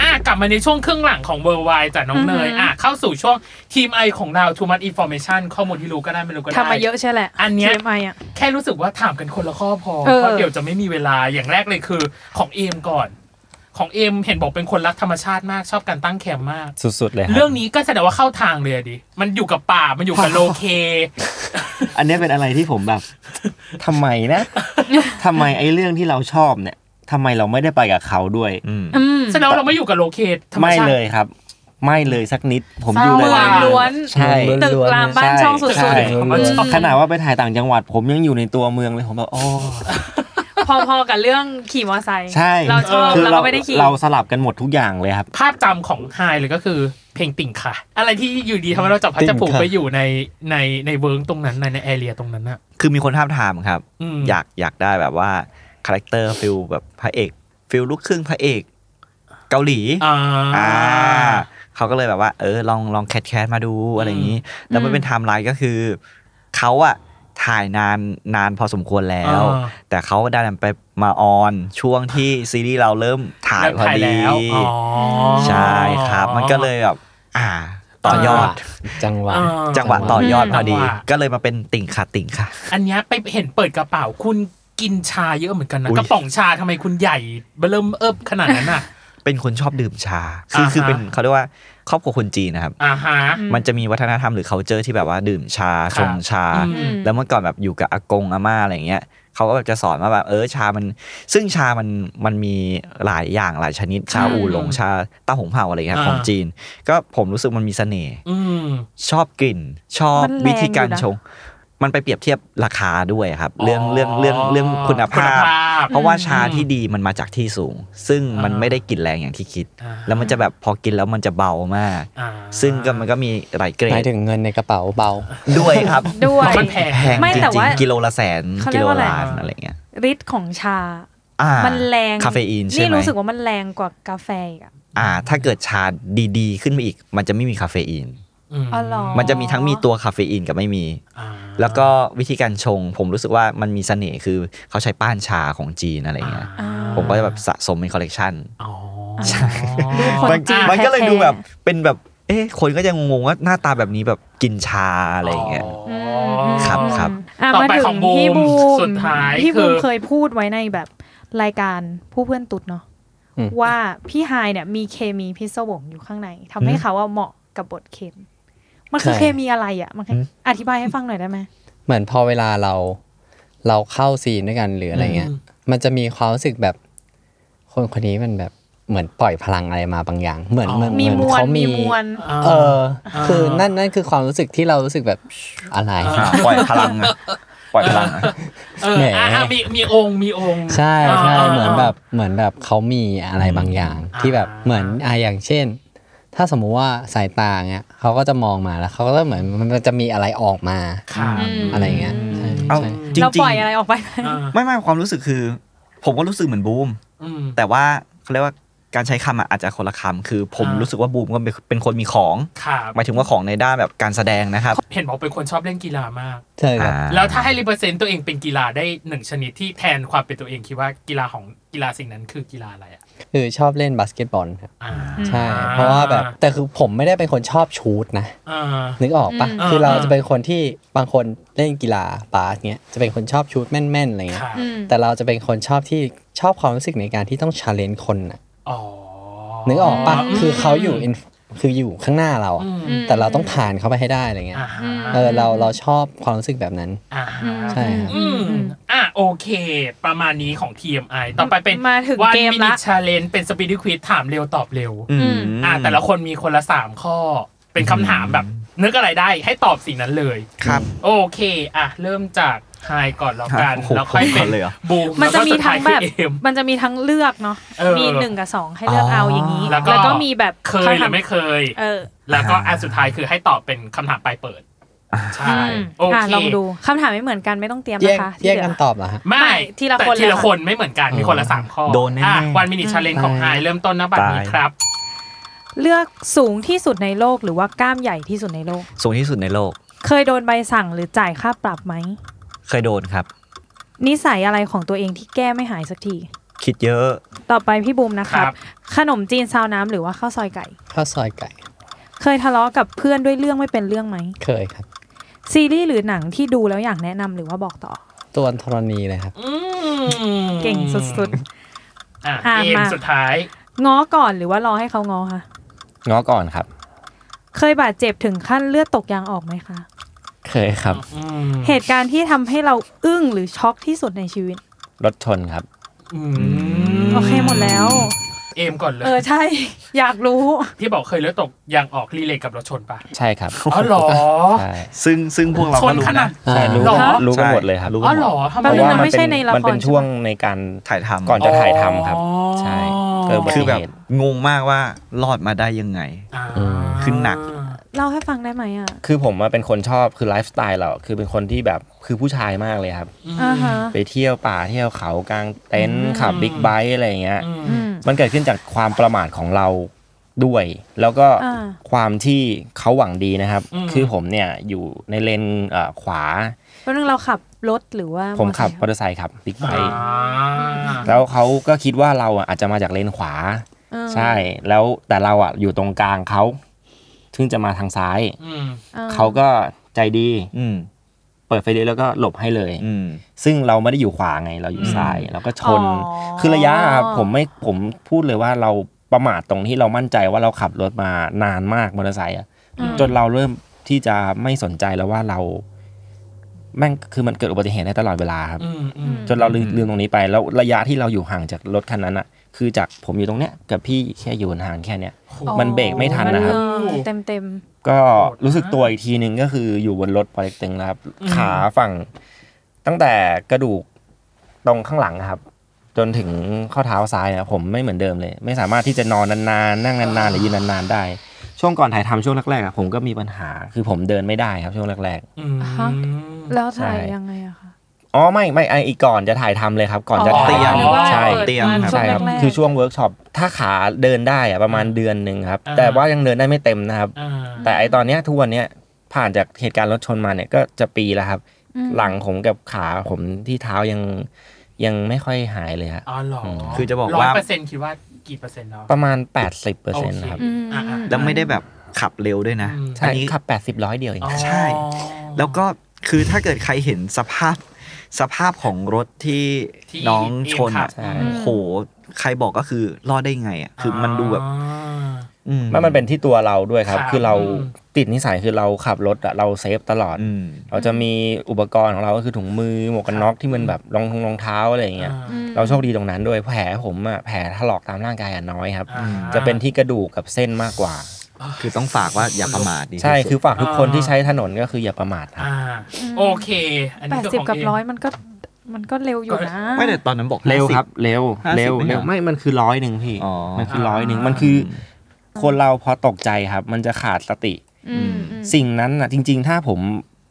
อ่ะกลับมาในช่วงครึ่งหลังของเบอร์ไวจากน้องเนยอ่ะเข้าสู่ช่วงทีมไอของเรา too much information ข้อมูลที่รู้ก็ได้ไม่รู้ก็ได้ ทำมาเยอะใช่แหละ อันเนี้ย TMI อ่ะ แค่รู้สึกว่าถามกันคนละข้อพอ เออ เพราะเดี๋ยวจะไม่มีเวลาอย่างแรกเลยคือของเอมก่อน ของเอมเห็นบอกเป็นคนรักธรรมชาติมากชอบการตั้งแคมป์มาก สุดๆเลยครับ เรื่องนี้ก็แสดงว่าเข้าทางเลยอะดิ มันอยู่กับป่ามันอยู่กับโลเค อันเนี้ยเป็นอะไรที่ผมแบบ ทำไมนะ ทำไมไอ้เรื่องที่เราชอบเนี่ยทำไมเราไม่ได้ไปกับเขาด้วย อืม อืม แสดงว่าเราไม่อยู่กับโลเคธรรม ไม่ ชาติ เลยครับ ไม่เลยสักนิด ผมอยู่ เศร้า หายๆ ล้วน ใช่ ตึกรามบ้านช่องสุดๆ ใช่ ของบ้านช่อง ขนาดว่าไปถ่ายต่างจังหวัด ผมยังอยู่ในตัวเมืองเลยผมแบบโอ้ พอๆกับเรื่องขี่มอเตอร์ไซค์ ใช่ เราชอบ คื เราก็ไม่ได้ขี่ เราสลับกันหมดทุกอย่างเลยครับ ภาพจำของไฮเลยก็คือเพลงติ่งค่ะ อะไรที่อยู่ดีทำให้เราจับพัดจับผูก ติ่งค่ะ ไปอยู่ในในในเวิร์กตรงนั้นในในแอเรียตรงนั้นน่ะ คือมีคนท้าบทามครับ อืม อยากอยากได้แบบว่าคาแรคเตอร์ฟิลแบบพระเอกฟิลลูกครึ่งพระเอก เกาหลี อ่า อ่าเขาก็เลยแบบว่า เออลองลองแคทแคทมาดูอะไรอย่างนี้ แล้วมันเป็นไทม์ไลน์ก็คือเขาอะถ่ายนานนานพอสมควรแล้ว อ่า แต่เขาดันไปมาออนช่วงที่ซีรีส์เราเริ่มถ่ายพอดี แล้วอ๋อ ใช่ครับ มันก็เลยแบบอ่าต่อยอด จังหวะ อ่า จังหวะต่อยอดพอดี จังหวะ ก็เลยมาเป็นติ่งค่ะติ่งค่ะ อันเนี้ยไปเห็นเปิดกระเป๋าคุณกินชาเยอะเหมือนกันนะ อุ๊ย กระป๋องชาทำไมคุณใหญ่เบิ่มเอิบขนาดนั้นอ่ะ เป็นคนชอบดื่มชา คือ อ่าฮะ คือเป็นเขาเรียกว่าครอบครัวคนจีนนะครับ อ่าฮะ มันจะมีวัฒนธรรมหรือ c u เจอร์ที่แบบว่าดื่มชา ค่ะ ชงชา อืม แล้วเมื่อก่อนแบบอยู่กับอากงอาม่าอะไรอย่างเงี้ยเขาก็แบบจะสอนว่าแบบเออชามัน ซึ่งชามันมันมีหลายอย่างหลายชนิดชาอูหลงชาเต้าหงเผาอะไรอย่างเงี้ยของจีน ก็ผมรู้สึกมันมีเสน่ห์ อืม ชอบกลิ่น ชอบ มันแรง วิธีการ อยู่นะ ชง มันไปเปรียบเทียบราคาด้วยครับ อ๋อ เรื่องเรื่องเรื่องเรื่องคุณ คุณ ภาพ ภาพ เพราะว่า อืม ชาที่ดีมันมาจากที่สูง ซึ่งมัน อ่า ไม่ได้กลิ่นแรงอย่างที่คิด อ่า แล้วมันจะแบบพอกินแล้วมันจะเบามาก อ่า ซึ่งก็มันก็มีหลายเกร หมา ด ยถึงเงินในกระเป๋าเบา ด้วยครับ ด้ว เพราะยมันแพง แพง ไม่ จ แต่ ริง ว่า ๆกิโลละแสน เขาเรียกิโล กว่าอะไร ล้านอะไรเงี้ย ฤทธิ์ของชา อ่า มันแรง คาเฟอีนใช่ นี่ ไหม รู้สึกว่ามันแรงกว่ากาแฟอีกอ่ะ อ่า ถ้าเกิดชาดีๆ ขึ้นมาอีก มันจะไม่มีคาเฟอีน อืม อ๋อเหรอ มันจะมีทั้งมีตัวคาเฟอีนกับไม่มี อ่า แล้วก็วิธีการชง ผมรู้สึกว่ามันมีเสน่ห์คือเขาใช้ป้านชาของจีนอะไรเงี้ย อ่า ผมก็จะแบบสะสมเป็นคอลเลกชัน อ๋อ ดูคน มัน จีน มันก็เลยดูแบบเป็นแบบ เอ๊ะคนก็ยังงงว่าหน้าตาแบบนี้แบบกินชาอะไรเงี้ย อ๋อ ครับครับ อ่ะ ต่อ มา ไป ถึ ของ ง บูม พี่บูม สุดท้าย พี่บู คื ม อ เคยพูดไว้ในแบบรายการผู้เพื่อนตุดเนาะ อืม ว่าพี่ไฮายเนี่ยมีเคมีพิศวงอยู่ข้างในทำให้เขาว่าเหมาะกับบทเคนมันคือเคมีอะไรอ่ะมันคืออธิบายให้ฟังหน่อยได้ไหม เหมือนพอเวลาเราเราเข้าซีนด้วยกันหรืออะไรเงี้ย อืม มันจะมีความรู้สึกแบบ คนคนนี้มันแบบเหมือนปล่อยพลังอะไรมาบางอย่าง เหมือนเหมือน มี เห ม มือน วล เขา มี มี มวล อ่า เออ คืออา นั่นนั่นคือความรู้สึกที่เรารู้สึกแบบอะไร อ่าปล่อยพลังอะ ปล่อยพลังอะ เออ แหม อ่ะอ่ะมีมีองค์มีองค์ ใช่ใช่ าาา เหมือนแบบเหมือนแบบเขามีอะไรบางอย่าง อ่า ที่แบบเหมือนอ่ะอย่างเช่น ถ้าสมมุติว่าสายตาเงี้ยเขาก็จะมองมาแล้วเขาก็เหมือนมันจะมีอะไรออกมา ค่ะ อะไรเงี้ยใช่ เอา ใช่ จริง เรา จริ ป ง ล่อยอะไรออกไปไหม อ่า [LAUGHS] ไม่ไม่ความรู้สึกคือ ผมก็รู้สึกเหมือนบูม อืม แต่ว่าเขาเรียกว่าการใช้คำอะอาจจะคนละคำคือผม อ่ารู้ รู้สึกว่าบูมก็เป็นเป็นคนมีของ ครับ หมายถึงว่าของในด้านแบบการแสดงนะครับ เห็นบอกเป็นคนชอบเล่นกีฬามาก ใช่ค อ่า รับ แล้วถ้าให้รีเปอร์เซนต์ตัวเองเป็นกีฬาได้หนึ่งชนิดที่แทนความเป็นตัวเองคิดว่ากีฬาของกีฬาสิ่งนั้นคือกีฬาอะไรอ่ะ คือชอบเล่นบาสเกตบอลครับ อ่า ใช่ เพราะว่าแบบแต่คือผมไม่ได้เป็นคนชอบชูตนะ อ่า นึกออกปะ อืม คือ อ่า เราจะเป็นคนที่บางคนเล่นกีฬาบาสเนี้ยจะเป็นคนชอบชูตแม่นๆอะไรเงี้ย ค่ะ อืม แต่เราจะเป็นคนชอบที่ชอบความรู้สึกในการที่ต้องชาเลนจ์คนน่ะ อ๋อ นึกออกปะ อืม คือเขาอยู่ in- คืออยู่ข้างหน้าเราอะ อืม แต่เราต้องผ่านเขาไปให้ได้อะไรเงี้ย อ่าฮะ เออเราเราชอบความรู้สึกแบบนั้น อ่าฮะ ใช่ครับ อืมอ่ะโอเค ประมาณนี้ของ TMI ต่อไปเป็น มาถึง วัน เกม มิ ละ นิชาเลนเป็นสปีดควิดถามเร็วตอบเร็ว อืม อ่าแต่ละคนมีคนละสามข้อ เป็นคำถามแบบ นึกอะไรได้ให้ตอบสิ่งนั้นเลย ครับ โอเค อ่ะ เริ่มจากไฮก่อนแล้วกัน โอ้โห แล้วค่อยเป็น ก่อนเลยเหรอ บูม มันจะ แล้วก็ มี สุด ทั้ง ย แบบ คือเอ็ม มันจะมีทั้งเลือกเนาะ เออ มีหนึ่งกับสองให้เลือกเอาอย่างนี้ แล้วก็ แล้วก็มีแบบ เคยหรือไม่เคย เออ แล้วก็อันสุดท้ายคือให้ตอบเป็นคำถามปลายเปิด ใช่ โอ อ่ะ เค ลองดูคำถามไม่เหมือนกันไม่ต้องเตรียม แยก นะคะที่ แยก เหลื กันตอบเหรอฮะ ไม่ ไม่ทีละ แต่ คน ที เลย ละ ค่ะ คนไม่เหมือนกันมีคนละสามข้อ โดนแน่ๆ วันมินิชาเลนของไฮเริ่มต้นนะบัตรนี้ครับ เลือกสูงที่สุดในโลกหรือว่ากล้ามใหญ่ที่สุดในโลก สูงที่สุดในโลก เคยโดนใบสั่งหรือจ่ายค่าปรับไหม เคยโดนครับ นิสัยอะไรของตัวเองที่แก้ไม่หายสักที คิดเยอะ ต่อไปพี่บูมนะครั ครับ บ ขนมจีนซาวน้ำหรือว่าข้าวซอยไก่ ข้าวซอยไก่ เคยทะเลาะกับเพื่อนด้วยเรื่องไม่เป็นเรื่องไหม เคยครับ ซีรีส์หรือหนังที่ดูแล้วอยากแนะนำหรือว่าบอกต่อ ตัวธรณีเลยครับ อืม เก่งสุด อ่ะ อ่ะ เกม มา สุดท้าย ๆ ง้อก่อนหรือว่ารอให้เขาง้อคะ ง้อก่อนครับ เคยบาดเจ็บถึงขั้นเลือดตกยางออกไหมคะ เคยครับ อืม เหตุการณ์ที่ทำให้เราอึ้งหรือช็อกที่สุดในชีวิต รถชนครับ อืม โอเคหมดแล้ว เอมก่อนเล เออย ใช่ [LAUGHS] อยากรู้ ที่บอกเคยเลือดตกยางออกรีเลทกับรถชนปะ ใช่ครับ อ๋อเหรอ ใช่ ซึ่งซึ่งพวกเรา ช ก็ น รู้ ขนา นะ ด ใช่รู้ เหรอ กันรู้กันหมดเลยครับ รู้ อ๋ กั อน เห ห ร ม อ ด ทำ แป๊ ไม บ วะ นไม่ใช่ในละคร มันเป็นช่วงในการ ถ่ายทำ ก่อนจะถ่ายทำครับ อ๋อ ใช่เกิดอุบัติเหตุ คือแบบงงมากว่ารอดมาได้ยังไง อ่า คือหนัก เล่าให้ฟังได้ไหมอ่ะ คือผมว่าเป็นคนชอบคือไลฟ์สไตล์เราคือเป็นคนที่แบบคือผู้ชายมากเลยครับ อ่าฮะ ไปเที่ยวป่าเที่ยวเขากลางเต็นท์ขับบิ๊กไบค์อะไรอย่างเงี้ย อืม อืม มันเกิดขึ้นจากความประมาทของเราด้วย แล้วก็ อ่า ความที่เขาหวังดีนะครับ คือผมเนี่ยอยู่ในเลนเอ่อขวา แล้วนึงเราขับรถหรือว่า ผมขับม อ อ เตอร์ไซค์ เตอร์ไซค์ครับบิ๊กไบ อ่า ค์แล้วเขาก็คิดว่าเราอ่ะอาจจะมาจากเลนขวา เออ ใช่ แล้วแต่เราอ่ะอยู่ตรงกลางเขาซึ่งจะมาทางซ้าย อืม ออ เขาก็ใจดี อืม เปิดไฟเลี้ยวแล้วก็หลบให้เลย อืม ซึ่งเราไม่ได้อยู่ขวาไงเราอยู่ซ้ายเราก็ชน อ๋อ คือระยะอะครับผมไม่ผมพูดเลยว่าเราประมาทตรงที่เรามั่นใจว่าเราขับรถมานานมากมอเตอร์ไซค์อะจนเราเริ่มที่จะไม่สนใจแล้วว่าเราแม่งคือมันเกิดอุบัติเหตุได้ตลอดเวลาครับ อืมอืม จนเราลืม อืม ลืมตรงนี้ไป แล้วระยะที่เราอยู่ห่างจากรถคันนั้นอะคือจากผมอยู่ตรงเนี้ยกับพี่แค่อยู่ห่างแค่เนี้ย มันเบรกไม่ทันนะครับ เต็มเต็ม ก็รู้สึกตัวอีกทีหนึ่งก็คืออยู่บนรถปอเล็กตึงแล้วครับ ขาฝั่ง ตั้งแต่กระดูกตรงข้างหลังครับ จนถึงข้อเท้าซ้ายนะครับผมไม่เหมือนเดิมเลย ไม่สามารถที่จะนอนนานๆนั่งนานๆหรือยืนนานๆได้ ช่วงก่อนถ่ายทำช่วงแรกๆอะผมก็มีปัญหาคือผมเดินไม่ได้ครับช่วงแรก อืม ๆแล้วถ่าย ใช่ ยังไงอะคะ ๆอ๋อไม่ไม่ไออีกก่อนจะถ่ายทำเลยครับ ก่อนจะ อ๋อ เตรียม หรือว่า ใช่ เปิด ตรียมครับ ใช่ครับ ช่วงแรกๆ คือช่วงเวิร์กช็อปถ้าขาเดินได้อะประมาณเดือนหนึ่งครับ อ่า แต่ว่ายังเดินได้ไม่เต็มนะครับ อ่า แต่ไอตอนเนี้ยทุกวันเนี้ยผ่านจากเหตุการณ์รถชนมาเนี่ยก็จะปีแล้วครับ หลังผมกับขาผมที่เท้ายังยังไม่ค่อยหายเลยฮะ อ๋อเหรอ คือจะบอก ร้ ว่า อยเปอร์เซ็นต์คิดว่ากี่เปอร์เซ็นต์เนาะ ประมาณ 80เปอร์เซ็นต์ครับ โอเอ่ะ แล้วไม่ได้แบบขับเร็วด้วยนะ อืม อั ใช่ นี้ ขับ 80ร้อยเดียวเอง อ๋อ ใช่ แล้วก็คือถ้าเกิดใครเห็นสภาพสภาพของรถที่ ที่ น้องชนอ่ะ เอ็มขับใช่ โห ใครบอกก็คือรอดได้ไงอ่ะคือมันดูแบบ อ่า อื ไม่มันเป็นที่ตัวเราด้วยครับ ครับ คือเรา อืม ติดนิสัยคือเราขับรถอะเราเซฟตลอด อืม เราจะมีอุปกรณ์ของเราก็คือถุงมือหมวกกันน็อกที่มันแบบรองทงรองเท้าอะไรอย่างเงี้ย อ่า เราโชคดีตรงนั้นด้วยแผลผมอะแผลถลอกตามร่างกายอะน้อยครับ อ่า จะเป็นที่กระดูกกับเส้นมากกว่า คือต้องฝากว่าอย่าประมาทดีที่สุด ใช่คือฝากทุกคนที่ใช้ถนนก็คืออย่าประมาทครับ อ่า โอเค อัน แป นี้ ด ก็ สิบ ของ กับ เอ ร้อย ง มันก็มันก็เร็วอยู่นะ ไม่แต่ตอนนั้นบอก เร็ว 50 ครับเร็ว 50 เร็ว ไม่เหรอ เร็วไม่มันคือร้อยหนึ่งพี่ อ๋อ มันคือร้อยหนึ่งมันคือ คนเราพอตกใจครับ มันจะขาดสติ อืมอืม สิ่งนั้นอ่ะ จริง ๆ ถ้าผม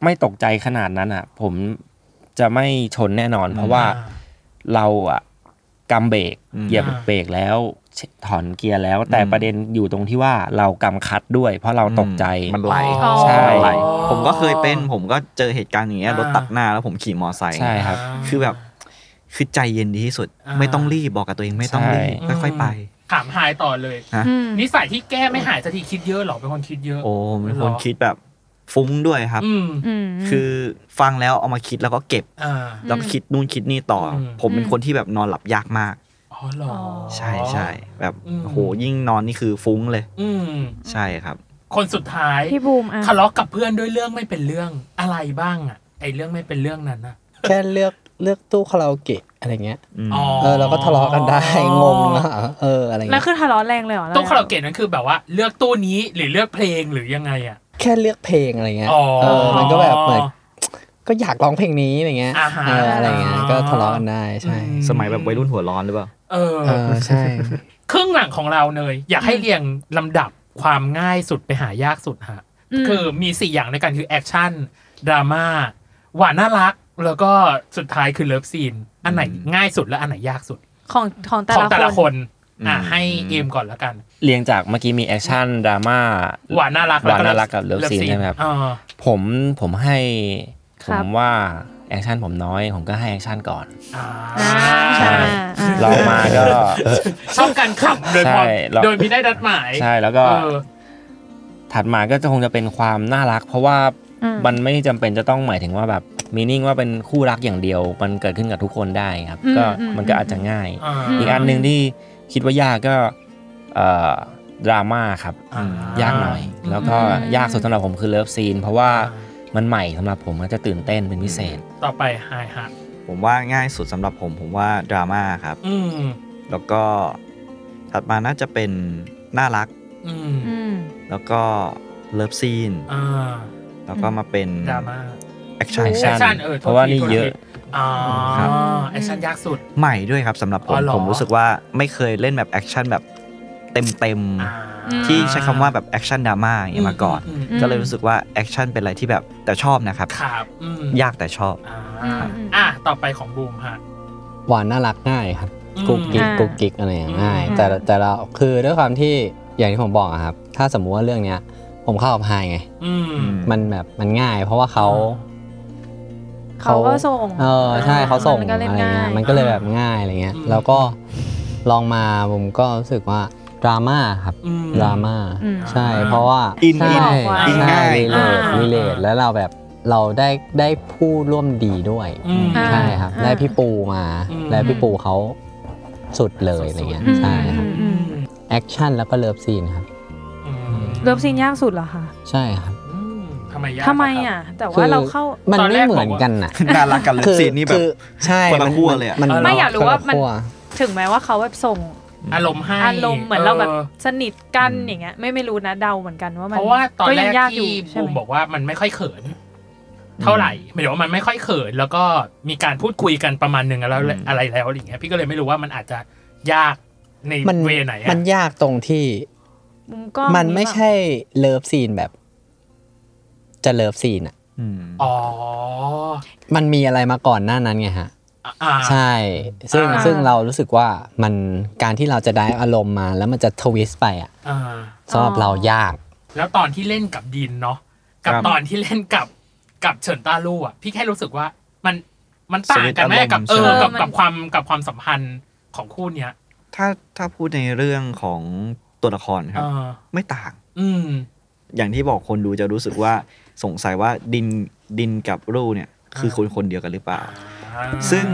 ไม่ตกใจขนาดนั้นอ่ะ ผมจะไม่ชนแน่นอน เพราะว่าเราอ่ะกำเบรก อืม เหยียบ อ่า เบรกแล้วเชถอนเกียร์แล้ว แต่ประเด็นอยู่ตรงที่ว่าเรากำคัดด้วย เพราะเราตกใจ มันไหล อ๋อ ใช่ ไหลผมก็เคยเป็น ผมก็เจอเหตุการณ์อย่างเงี้ยรถตัดหน้าแล้วผมขี่มอไซค์ ใช่ครับ อ่า คือแบบคือใจเย็นดีที่สุด อ่า ไม่ต้องรีบบอกกับตัวเองไม่ต้องรีบ ใช่ ค่อยๆไป ถามหายต่อเลย อืม นิสัยที่แก้ไม่หายสักทีคิดเยอะเหรอเป็นคนคิดเยอะ โอ้เป็น เห ค รอ นคิดแบบฟุ้งด้วยครับ อืม อืม คือฟังแล้วเอามาคิดแล้วก็เก็บ อ่า แล้วก็คิดนู่นคิดนี่ต่ออ ม ผมเป็น อืม คนที่แบบนอนหลับยากมาก อ๋อเหรอ ใช่ใช่แบบ อืม โหยิ่งนอนนี่คือฟุ้งเลย อืม ใช่ครับ คนสุดท้าย พี่บูมอ่ะ ทะเลาะกับเพื่อนด้วยเรื่องไม่เป็นเรื่องอะไรบ้างอะไอเรื่องไม่เป็นเรื่องนั้นอะ แค่เลือกเลือกตู้คาราโอเกะอะไรเงี้ย อืม อ๋อ เออเราก็ทะเลาะกันได้ งงนะเอออะไร นั่น เงี้ย คือทะเลาะแรงเลยเหรอ ตู้คาราโอเกะนั้นคือแบบว่าเลือกตู้นี้หรือเลือกเพลงหรือยังไงอะ แค่เลือกเพลงอะไรเงี้ย อ๋อ เออมันก็แบบเหมือนก็อยากร้องเพลงนี้อะไรเงี้ย อ่าฮะ เอออะไรเงี้ยก็ทะเลาะกันได้ใช่ อื สมัยแบบวัยรุ่นหัวร้อนหรือเปล่า เออ เออใช่ ครึ่งหลังของเราเนยอยากให้เรียงลำดับความง่ายสุดไปหายากสุดฮะ ม คือมีสี่อย่างด้วยกันคือแอคชั่นดราม่าหวานน่ารัก แล้วก็สุดท้ายคือเลิฟซีน อันไหนง่ายสุดและอันไหนยากสุด ของของแต่ ของแต่ ละ ละ ค คน น อ่ะ อืม ให้เอมก่อนแล้วกัน เรียงจากเมื่อกี้มีแอคชั่นดราม่า หวานน่ารัก หวานน่ารักกับเลิฟซีน ลิ ใช่ไหมครับ อ่า ผมผมให้ ค ผ รับ มว่าแอคชั่นผมน้อย ผมก็ให้แอคชั่นก่อน อ่า อ่า ใช่ อ่า เรามาก็ ชอบการขับโดย ใช่ พอ เรา โดยไม่ได้ดัดหมาย ใช่แล้ว เอ ก็ อ ถัดมาก็จะคงจะเป็นความน่ารัก เพราะว่า อื มันไม่จำเป็นจะต้องหมายถึงว่าแบบมีนิ่งว่าเป็นคู่รักอย่างเดียว มันเกิดขึ้นกับทุกคนได้ครับ ก็มันก็อาจจะง่าย อ่า อีกอันหนึ่งที่คิดว่ายากก็เอ่อดราม่าครับ อ่าย ากหน่อย แล้วก็ยากสุดสำหรับผมคือเลิฟซีนเพราะว่ามันใหม่สำหรับผมก็จะตื่นเต้นเป็นพิเศษ ต่อไปไฮฮะ ผมว่าง่ายสุดสำหรับผม ผมว่าดราม่าครับ อืม แล้วก็ถัดมาน่าจะเป็นน่ารัก อืม อืม แล้วก็เลิฟซีน อ่า แล้วก็มาเป็น ดราม่า แอคชั่น แอค ใช่ ชั่นเออโทษ เพราะว่า ที นี่ โทษที เยอะ อ๋อ ครับ แอคชั่นยากสุด ใหม่ด้วยครับสำหรับผ อ๋ ม อเหรอ ผมรู้สึกว่าไม่เคยเล่นแบบแอคชั่นแบบเต็ม อ่า ๆ ที่ใช้คำว่าแบบแอคชั่นดราม่าอย่างเงี้ยมาก่อน ม อืม ก็เลยรู้สึกว่าแอคชั่นเป็นอะไรที่แบบแต่ชอบนะครับ ครับอืม ยากแต่ชอบ อ่า อืม Mm-hmm. อ่ะต่อไปของบูมฮะ หวานน่ารักง่ายครับ อืม กุ๊กกิ๊ก อ่า กุ๊กกิ๊กอะไรอย่างง่าย อืม แต่แต่เราคือด้วยความที่อย่างที่ผมบอกอะครับ ถ้าสมมุติว่าเรื่องเนี้ย ผมเข้ากับไฮไง อืม มันแบบมันง่าย เพราะว่าเขา เขาก็ส่ง เออใช่เขาส่ง มันก็ อะไร เล่น เงี้ ง่าย ยมันก็เลยแบบง่ายอะไรเงี้ย อืม แล้วก็ลองมาผมก็รู้สึกว่าดราม่าครับ อืม ดราม่า อืม ใช่เพราะว่า อิน ใช่ อิน อิน ใช่ ง่ายอ่ารีเลทรีเลทแล้วเราแบบเราได้ได้ผู้ร่วมดีด้วย อืม ใช่ครับ อ่า ได้พี่ปูมา อืม และพี่ปูเขาสุดเลยอะไรเงี้ยใช่ครับ อืม แอคชั่นแล้วก็เลิฟซีนครับ อืม เลิฟซีนยากสุดเหรอคะ ใช่ครับ อืมทำไมยาก ทำไม ครับ อ่ะ แต่ว่าเราเข้า มัน ตอนแร ไม่ ก เหมือนกันน่ะ น่ารักกับเลิฟซีนนี่แบบ คือใช่ คนละ มัน ขั้วเลยอะ มัน เออ ไม่อยากรู้ว่ามัน คละขั้ ถึงแม้ว่าเขาแบบส่ง อารมณ์ให้ อารมณ์เหมือนเราแบบ อ สนิทกันอย่างเงี้ย ไม่ไม่รู้นะเดาเหมือนกันว่ามัน เพราะว่าตอนแร ยั ก งยา ที่ ใช่ บู ไห มบอกว่ามันไม่ค่อยเขิน เท่าไหร่หมายถึงว่ามันไม่ค่อยเขิน แล้วก็มีการพูดคุยกันประมาณหนึ่งแล้ว อืม อะไรแล้วอะไรอย่างเงี้ยพี่ก็เลยไม่รู้ว่ามันอาจจะยากใน มัน เวไหนอะ มันยากตรงที่ มุมกล้อง มันไม่ใช่เลิฟซีนแบบ จะเลิฟซีนอ่ะ อืม อ๋อ มันมีอะไรมาก่อนหน้านั้นไงฮะ อ่า ใช่ ซึ่ง อ่า ซึ่งเรารู้สึกว่ามันการที่เราจะได้อารมณ์มา แล้วมันจะทวิสต์ไปอ่ะ อ่า สำหรับเรายาก แล้วตอนที่เล่นกับดินเนาะกับ ครับ ตอนที่เล่นกับกับเฉินต้าลู่อ่ะพี่แค่รู้สึกว่ามันมันต่างกันแม่กับเออกับกับความกับความสัมพันธ์ของคู่เนี้ย ถ้าถ้าพูดในเรื่องของตัวละครค เอ รับ อ ไม่ต่าง อืม อย่างที่บอกคนดูจะรู้สึกว่าสงสัยว่าดินดินกับรูเนี่ย คือคนคนเดียวกันหรือเปล่า ซึ่ง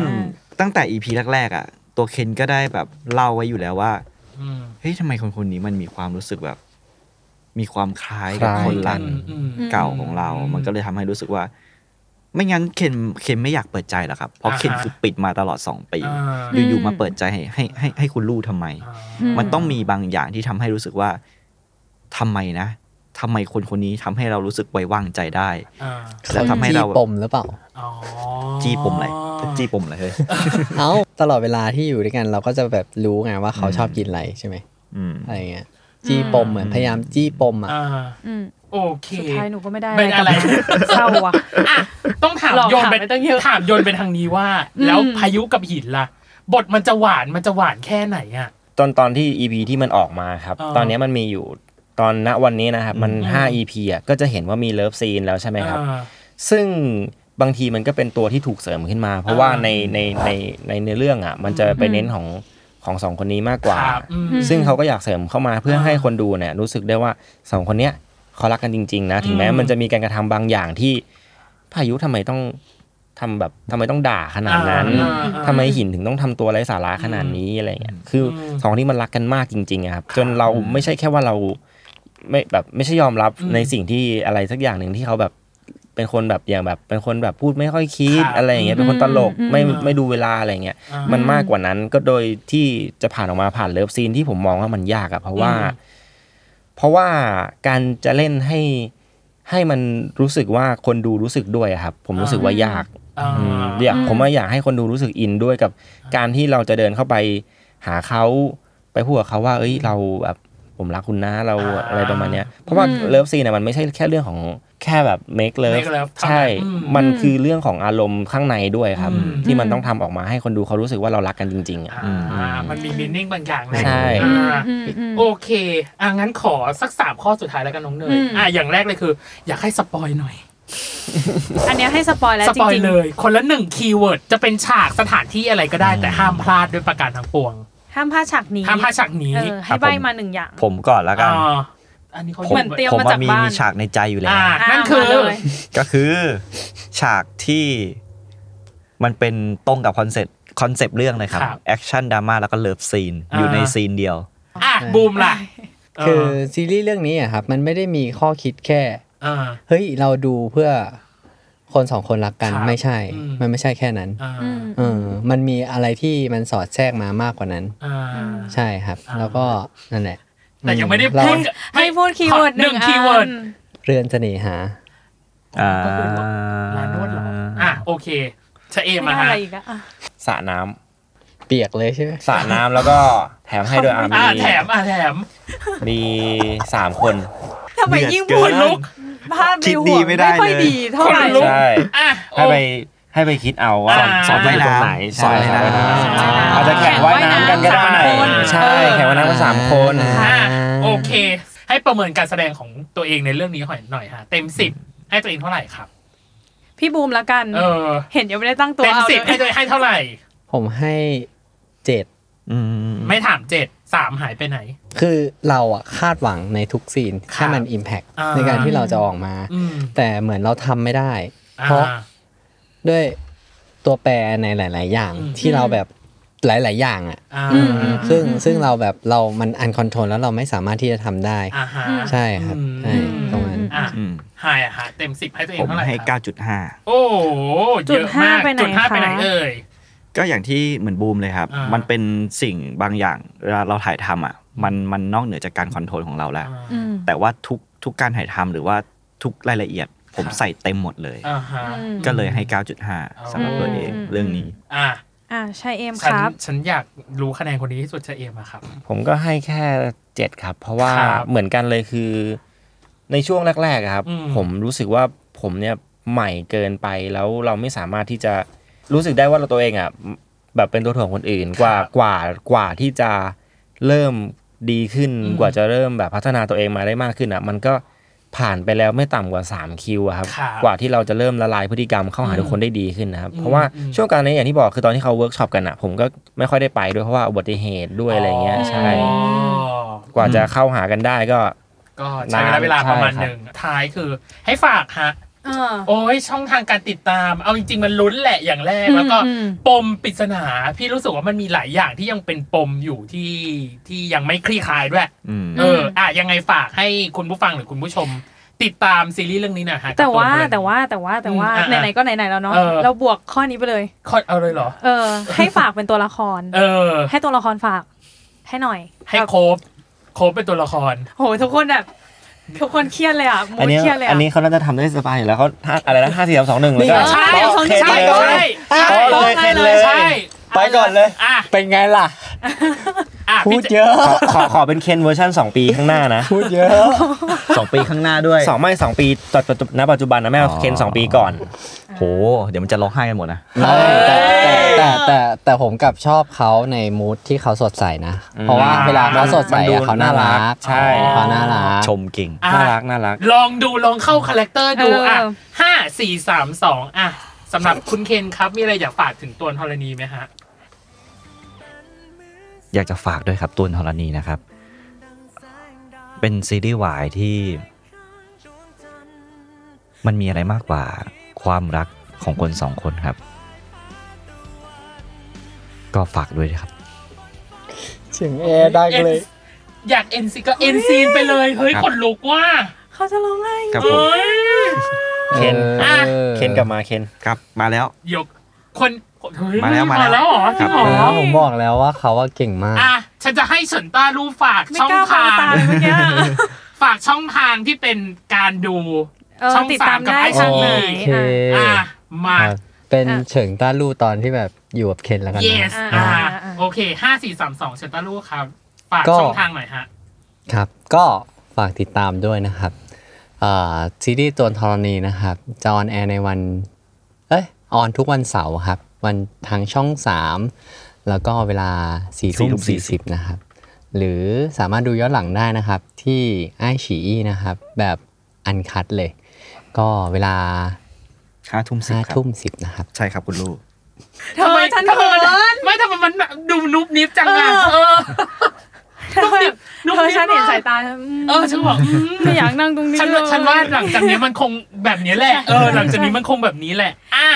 ตั้งแต่ EP แรกๆอ่ะ ตัวเคนก็ได้แบบเล่าไว้อยู่แล้วว่า อืม เฮ้ยทำไมคนคนนี้มันมีความรู้สึกแบบ มีความคล้ายกับ คล้าย คนรัก อืมอืม เก่าของเรา มันก็เลยทำให้รู้สึกว่า ไม่งั้นเคนเคนไม่อยากเปิดใจหรอกครับ เพราะ อ่าฮะ เคนคือปิดมาตลอดสองปี อ่า อยู่ๆมาเปิดใจให้ให้ให้ให้คุณลู่ทำไม อ่า อื มันต้องมีบางอย่างที่ทำให้รู้สึกว่า ทำไมนะทำไมคนคนนี้ทำให้เรารู้สึกไว้วางใจได้ อ่า แล้วทำให้ จี้ เรา ปมหรือเปล่า อ๋อ จี้ปมอะไรจี้ปมอะไรเฮ้ย เอ้าตลอดเวลาที่อยู่ด้วยกันเราก็จะแบบรู้ไงว่าเขาชอบกินอะไรใช่ไหม อืม อะไรเงี้ยจี้ปมเหมือนพยายามจี้ปมอ่ะ อ่า อืม โอเค สุดท้ายหนูก็ไม่ได้ เป็นอะไร เศร้าว่ะ อะต้องถาม หลอก โยนไป ถามไปตั้งเยอะ ถามโยนไปทางนี้ว่า อืม แล้วพายุกับหินล่ะ บทมันจะหวานมันจะหวานแค่ไหนอ่ะ ตอนตอนที่ EP ที่มันออกมาครับ อ่า ตอนเนี้ยมันมีอยู่ตอนณวันนี้นะครับ มัน อืม 5 EP อ่ะก็จะเห็นว่ามีเลิฟซีนแล้วใช่ไหมครับ อ่า ซึ่งบางทีมันก็เป็นตัวที่ถูกเสริมขึ้นมา เพราะว่า อ่า ในในในในในเรื่องอ่ะ มันจะไปเน้นของของสองคนนี้มากกว่า ครับอืม ซึ่งเขาก็อยากเสริมเข้ามาเพื่ออา ให้คนดูเนี่ยรู้สึกได้ว่าสองคนเนี้ยเขารักกันจริงๆนะถึงแม้ อืม มันจะมีการกระทำบางอย่างที่พายุทำไมต้องทำแบบทำไมต้องด่าขนาดนั้น อ่าอ่าอ่า ทำไมหินถึงต้องทำตัวไร้สาระขนาดนี้อะไรเงี้ยคืออ ม สองคนนี้มันรักกันมากจริงๆอะครับจนเราไม่ใช่แค่ว่าเรา ไม่แบบไม่ใช่ยอมรับ อืม ในสิ่งที่อะไรสักอย่างหนึ่งที่เขาแบบเป็นคนแบบอย่างแบบเป็นคนแบบพูดไม่ค่อยคิด ครับ อะไรอย่างเงี้ยเป็นคนตลก อืม ไม่ อืม ไม่ดูเวลาอะไรอย่างเงี้ย อ่ามั มันมากกว่านั้นก็โดยที่จะผ่านออกมาผ่านเลิฟซีนที่ผมมองว่ามันยากอะเพราะว่า อืม เพราะว่าการจะเล่นให้ให้มันรู้สึกว่าคนดูรู้สึกด้วยอะครับ ผมรู้สึกว่ายาก อ่า อืมอยากผมว่าอยากให้คนดูรู้สึกอินด้วยกับการที่เราจะเดินเข้าไปหาเขาไปพูดกับเขาว่า เอ้ยเราแบบผมรักคุณนะเรา อ่า อะไรประมาณเนี้ยเพราะว่าเลิฟซีนน่ะมันไม่ใช่แค่เรื่องของแค่แบบ make love make love เท่านั้น ใช่ อืม มันคือเรื่องของอารมณ์ข้างในด้วยครับ อืม ที่มันต้องทำออกมาให้คนดูเขารู้สึกว่าเรารักกันจริงๆอะ อ่ามันมีมินนิ่งบางอย่างนะ ใช่ อ่า อืมอืม โอเคอ่ะงั้นขอสักสามข้อสุดท้ายแล้วกันน้องเนย อืม อ่ะอย่างแรกเลยคือ อยากให้สปอยหน่อย อันเนี้ยให้สปอยแล้ว ส จ ปอย ริง เลย คนละหนึ่งคีย์เวิร์ดจะเป็นฉากสถานที่อะไรก็ได้ แต่ห้ามพลาดด้วยประการทั้งปวง ๆห้ามพลาดฉากนี้ ห้ามพลาดฉากนี้ เออให้ใบมาหนึ่งอย่าง ผมก่อนแล้วกัน อ่าอันนี้เขา ผม เหมือนเตรียม ผม มา ว่า จาก มี บ้าน มีฉากในใจอยู่แล้ว อ่า อ่ะ นั่นคือ มาเลย ก็คือฉากที่มันเป็นตรงกับคอนเซ็ปต์คอนเซปต์เรื่องเลยครับ ครับ แอคชั่นดราม่าแล้วก็เลิฟซีน อ่า อยู่ในซีนเดียว อ่ะบูมล่ะ คือซีรีส์เรื่องนี้อะครับมันไม่ได้มีข้อคิดแค่ อ่า เฮ้ยเราดูเพื่อคนสองคนรักกัน ครับ ไม่ใช่ อืม มันไม่ใช่แค่นั้น อ่า อืม เออมันมีอะไรที่มันสอดแทรกมามากกว่านั้น อ่า ใช่ครับ อ่า แล้วก็นั่นแหละ แต่ยังไม่ได้ เรา พูด ให้พูดคีย์เวิร์ด ห ห นึ่ นึ่ ง ง คีย์เวิร์ด อัน เรือนเสน่หา อ่า ร้านนวดเหรออ่ะโอเคชะเอมา ไม่ ฮะ ได้อะไรอีกอะอ่ะ สระน้ำ เปียกเลยใช่ไหม สระน้ำแล้วก็แถมให้ด้วยอ่ะ [LAUGHS] อ่า มี แถมอ่าแถม มีสามคน ทำไมยิ่ง เดื พู อ ด ด ลุก เ ภาพใน คิด หัว ดีไม่ ไม่ ได้ ค่อย เลย ดีเท่าไหร่ คนลุก ใช่ อ่ะโอ ให้ไปให้ไปคิดเอาว่า อ่า สอนว่ายน้ ตรงไหน ำส ใช่ อนว่ายน้ สอนว่ายน้ำ ำ อาจจะแข่งว่ายน้ำกันก็ได้ สามคน ใช่ เออ แข่งว่ายน้ำกันสามคน อ่ะโอเค ให้ประเมินการแสดงของตัวเองในเรื่องนี้หน่อยหน่อยฮะเต็มสิบให้ตัวเองเท่าไหร่ครับ พี่บูมละกัน เออ เห็นยังไม่ได้ตั้งตัว เต็ม เอา สิบ เล ให้ ย ตัวเองให้เท่าไหร่ ผมให้เจ็ด อืม ไม่ถามเจ็ดสามหายไปไหน คือเราอะคาดหวังในทุกซีน ครับ ให้มันอิมแพ t อ่า ในการที่เราจะออกมา อืม แต่เหมือนเราทำไม่ได้ อ่า เพราะ ด้วยตัวแปรในหลาย ๆ อย่าง อืม ที่เราแบบหลาย ๆ อย่างอะ อ่า ซึ่งซึ่งเราแบบเรามันอันคอนโทรลแล้วเราไม่สามารถที่จะทำได้ อ่าฮะ ใช่ครับใช่ตรง Mm-hmm. นั้น อ่ะ อืม หายอ่ะฮะเต็มสิบให้ตัวเอ ผ ง ม เท่าไหร่ ให้ ครับ 9.5 โอ้โหเยอะมากจุดห้าไปไหนเอ่ย ก็อย่างที่เหมือนบูมเลยครับ อ่ามั มันเป็นสิ่งบางอย่างเวลาเราถ่ายทำอ่ะ มันมันนอกเหนือจากการคอนโทรลของเราแล้ว อืม แต่ว่าทุกทุกการถ่ายทำหรือว่าทุกรายละเอียด ผม ครับ ใส่เต็มหมดเลย อ่าฮะ อืม ก็เลยให้ 9.5สำหรับตัวเอง อืม เรื่องนี้ อ่ะ อ่า Ah, ใช่เอมค ฉัน รับ ฉันอยากรู้คะแนนคนนี้ที่สุดจะเอมอะครับ ผมก็ให้แค่เจ็ดครับ เพราะว่า ครับ เหมือนกันเลยคือในช่วงแรกๆอะครับ อืม ผมรู้สึกว่าผมเนี่ยใหม่เกินไปแล้วเราไม่สามารถที่จะรู้สึกได้ว่าเราตัวเองอ่ะแบบเป็นตัวถ่วงคนอื่นกว่ากว่ากว่าที่จะเริ่มดีขึ้นกว่าจะเริ่มแบบพัฒนาตัวเองมาได้มากขึ้นอ่ะ มันก็ผ่านไปแล้วไม่ต่ำกว่า3คิวอะครับ ครับ กว่าที่เราจะเริ่มละลายพฤติกรรมเข้าหาทุกคนได้ดีขึ้นนะครับ เพราะว่า อืม ช่วงการนี้อย่างที่บอกคือตอนที่เขาเวิร์กช็อปกันอ่ะ ผมก็ไม่ค่อยได้ไปด้วยเพราะว่าอุบัติเหตุด้วยอะไรเงี้ยใช่ อ๋อ กว่าจะเข้าหากันได้ก็ ก็ใช้เวลาเวลาประมาณหนึ่งท้ายคือ ให้ฝากฮะ เออ โอ้ยช่องทางการติดตาม เอาจริง ๆ มันลุ้นแหละอย่างแรก แล้วก็ อืม ปมปริศนา พี่รู้สึกว่ามันมีหลายอย่างที่ยังเป็นปมอยู่ที่ที่ยังไม่คลี่คลายด้วย อืม เอออ่ะยังไงฝากให้คุณผู้ฟังหรือคุณผู้ชม ติดตามซีรีส์เรื่องนี้หนะฮะ แต่ว่า กับเมือง แต่ว่าแต่ว่าแต่ว่า อืมอ่ะ ไหนๆก็ไหนๆแล้วเนาะ เออ เราบวกข้อนี้ไปเลย คอดเอาเลยเหรอ เออ ให้ฝากเป็นตัวละคร เออ ให้ตัวละครฝาก ให้หน่อย ให้ แบบ ครบ โคบเป็นตัวละคร โหทุกคนแบบทุกคนเครียดเลยอ่ะมู อัน ด เนี้ย เครียดเลย อั อ่ะ นนี้เขาน่าจะทำได้สบายอยู่แล้วเขาห้าอะไรนะห้าสี่สามสองหนึ่งเลยก็ ใช่ ใช่ใช่ โต๊ะ ใช่ เทนเลยโต๊ะเทนโต๊ะเลย ใช่ ไปก่อนเลย อ่ะ เป็นไงล่ะ อ่ะ พู พี่ ด เจ เยอะ ขอขอขอเป็นเคนเวอร์ชัน2 ปีข้างหน้านะ พูดเยอะ [LAUGHS] สองปีข้างหน้าด้วย สองไม่สองปีตอนปัจจุณปัจจุบันนะแม่เอาเคนสองปีก่อน โห เดี๋ยวมันจะร้องไห้กันหมดนะ ไม่แต่แต่แต่แต่แต่ผมกลับชอบเขาในมูดที่เขาสดใสนะ อืม เพราะว่าเวลาเขาสดใส มันดู อะเขาน่ารั น่ารั ก กใช่ เขาน่ารัก ชมเก่ง อ่ะ น่ารักน่ารัก ลองดูลองเข้าคาแรคเตอร์ดู เอออ่ อ่ะห้าสี่สามสองอ่ะสำหรับคุณเคนครับมีอะไรอยากฝากถึงตัวธรณีไหมฮะ อยากจะฝากด้วยครับตุนธรณีนะครับ เป็นซีรีส์วายที่ มันมีอะไรมากกว่าความรักของคนสองคนครับ ก็ฝากด้วยนะครับ เสียงแอร์ดังเลย อยากเอ็นซีก็เอ็นซีนไปเลยเฮ้ย ครับ ขนลุกว่า เขาจะร้องไห้ ครับผเอม้ย เคน เออ เคนกลับมาเคน ครับมาแล้ว ยกคนเฮ้ย มาแล้ว มา มาแล้แล้ววเหรอจ ครั ริ บ งเหรอ เออผมบอกแล้วว่าเขาว่าเก่งมาก อ่ะฉันจะให้เฉินต้ารูฝาก ไม่ ช่อง กล้า ทาม าง ตามเมื่อกี้ ฝากช่องทางที่เป็นการดู เออ ช่อง ติด สา ตาม ม กับ ได้ ไอ ทา ช่าง ง ไหน นี้ โอเค อ่ะ เอออ่ อ่ะมา ครับเป็น อ่ะ เฉิงต้าลู่ตอนที่แบบอยู่กับเคนแล้วกันนะ yes อ่า อ่า อ่า โอเคห้าสี่สามสองเฉินต้ารูครับ ฝาก ก็ ช่องทางหน่อยฮะ ครับ ก็ฝากติดตามด้วยนะครับอ่าซีรีส์ตัวธรณีนะครับ จะออนแอร์ในวัน เอ้ย ออนทุกวันเสาร์ครับ วันทางช่อง 3 แล้วก็เวลา4ี่ทุ่มสีนะครับ หรือสามารถดูย้อนหลังได้นะครับ ที่ไอฉีอีนะครับ แบบอันคัดเลย ก็เวลา ห้าทุ่มสิบ 5 ครับ ทุ่ม10 นะครับ ใช่ครับคุณลูก ทำไมฉันเขิน ไม่ทำไมมันดูนุบนิบจังอ่ะเออ เธอ นุ่ม เธอ นิ่ม ฉันเห็น มาก สายตาฉัน เออฉันบอกอืม ไม่อยากนั่งตรงนี้ ฉัน เลย ฉันว่าหลังจากนี้มันคงแบบนี้แหละเออหลังจากนี้มันคงแบบนี้แหละอ่ะ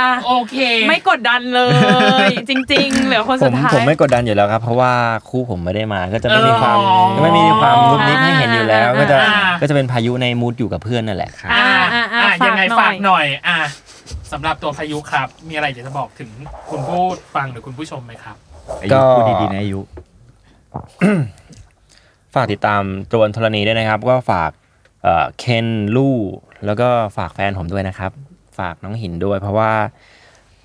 อ่ะ โอเค ไม่กดดันเลย จริง ๆ เหลือคน ผ สุ ม ดท้าย ผมไม่กดดันอยู่แล้วครับ เพราะว่าคู่ผมไม่ได้มาก็จะไม่มีความ อ๋อ ไม่มีความนุบนิบให้เห็นอยู่แล้ว ก็จะ อ่า ก็จะเป็นพายุในมูดอยู่กับเพื่อนนั่นแหละครับ อ่า อ่าอ่า อ่า ฝาก ยังไง หน่อย ฝากหน่อย อ่าสำหรับตัวพายุครับ มีอะไรอยากจะบอกถึงคุณผู้ฟังหรือคุณผู้ชมไหมครับ อา ก็ ยุพูดดีๆนะอายุ ฝากติดตามโจรธรณีด้วยนะครับ ก็ฝากเคนลู่อ Ken Lu แล้วก็ฝากแฟนผมด้วยนะครับ ฝากน้องหินด้วย เพราะว่า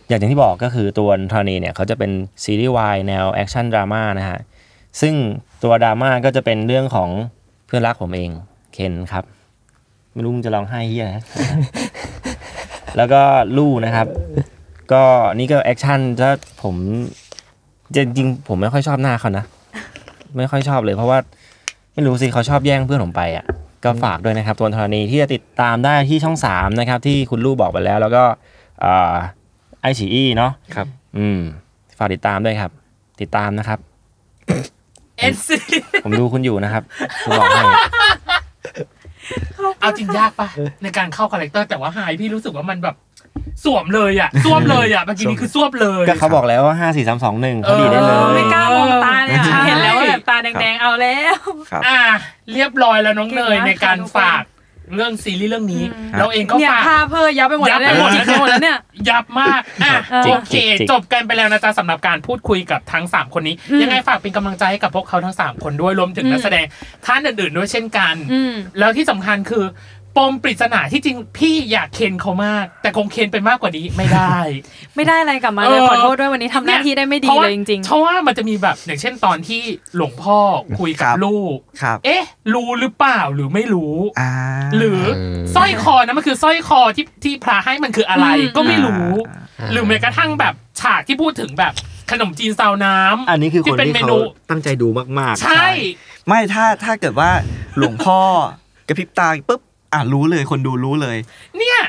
อย่างที่บอกก็คือตัวธรณีเนี่ยเขาจะเป็นซีรีส์วายแนวแอคชั่นดราม่านะฮะซึ่งตัวดราม่าก็จะเป็นเรื่องของเพื่อนรักผมเองเคนครับ ไม่รู้มึงจะร้ [LAUGHS] องไห้เฮียนะ แล้วก็ลู่นะครับ ก็นี่ก็แอคชั่นถ้าผมจริงๆผมไม่ค่อยชอบหน้าเขานะ ไม่ค่อยชอบเลยเพราะว่า ไม่รู้สิเขาชอบแย่งเพื่อนผมไปอ่ะก็ฝากด้วยนะครับตัวธรณีที่จะติดตามได้ที่ช่อง 3 นะครับ ที่คุณลู่บอกไปแล้ว แล้วก็ไอฉีอีเนาะ ครับ อืม ฝากติดตามด้วยครับ ติดตามนะครับ เอ็นซี ผมดูคุณอยู่นะครับคุณบอกให้ เอาจริงยากปะในการเข้าคาแรคเตอร์แต่ว่าไฮพี่รู้สึกว่ามันแบบสวมเลย [LAUGHS] อ่ะสวมเลยอ่ะเมื่อกี้นี้คือสวมเลย ก็เขาบอกแล้วว่าห้าสี่สามสองหนึ่งเขาดีดได้ เอ เล อไม่ ย กล้ามองตาเนี่ย ใช่ เห็นแล้วว่าแบบตาแดงๆเอาแล้ว ครับ อ่า เรียบร้อยแล้วน้องเนย เก่งมาก ในการ ค่ะ ฝากเรื่องซีรีส์เรื่องนี้ ม เราเองก็ เนี่ย ฝาก พาเพอยับไปหมดแล้วเนี่ย ยับไปหมด จิกไปหมดแล้วเนี่ย ยับมากอ่ะ จิ โอก เค จิก จบกันไปแล้วนะจ๊ะสำหรับการพูดคุยกับทั้ง 3 คนนี้ ยังไงฝากเป็นกำลังใจให้กับพวกเขาทั้ง 3 คนด้วยรวมถึงนักแสดงท่านอื่นๆด้วยเช่นกัน อืม แล้วที่สำคัญคือ ปมปริศนาที่จริงพี่อยากเค้นเขามาก แต่คงเค้นไปมากกว่านี้ไม่ได้ ไม่ได้อะไรกลับมาเลย เออ ขอโทษด้วยวันนี้ทำหน้าที่ได้ไม่ดีเลยจริง เพราะว่ามันจะมีแบบอย่างเช่นตอนที่หลวงพ่อคุย ค กั รั บบ ลูก ครับ เอ๊ะ รู้หรือเปล่าหรือไม่รู้ อ่า หรือสร้อยคอนะมันคือสร้อยคอที่ที่พระให้มันคืออะไร อืม ก็ไม่รู้ อ่า หรือแม้กระทั่งแบบฉากที่พูดถึงแบบขนมจีนซาวน้ำ อันนี้คือคน เป็น ที่ เม เขา นู ตั้งใจดูมากๆ ใช่ ไม่ถ้าถ้าเกิดว่าหลวงพ่อกระพริบตาปุ๊บอ่ะรู้เลยคนดูรู้เลย เนี่ย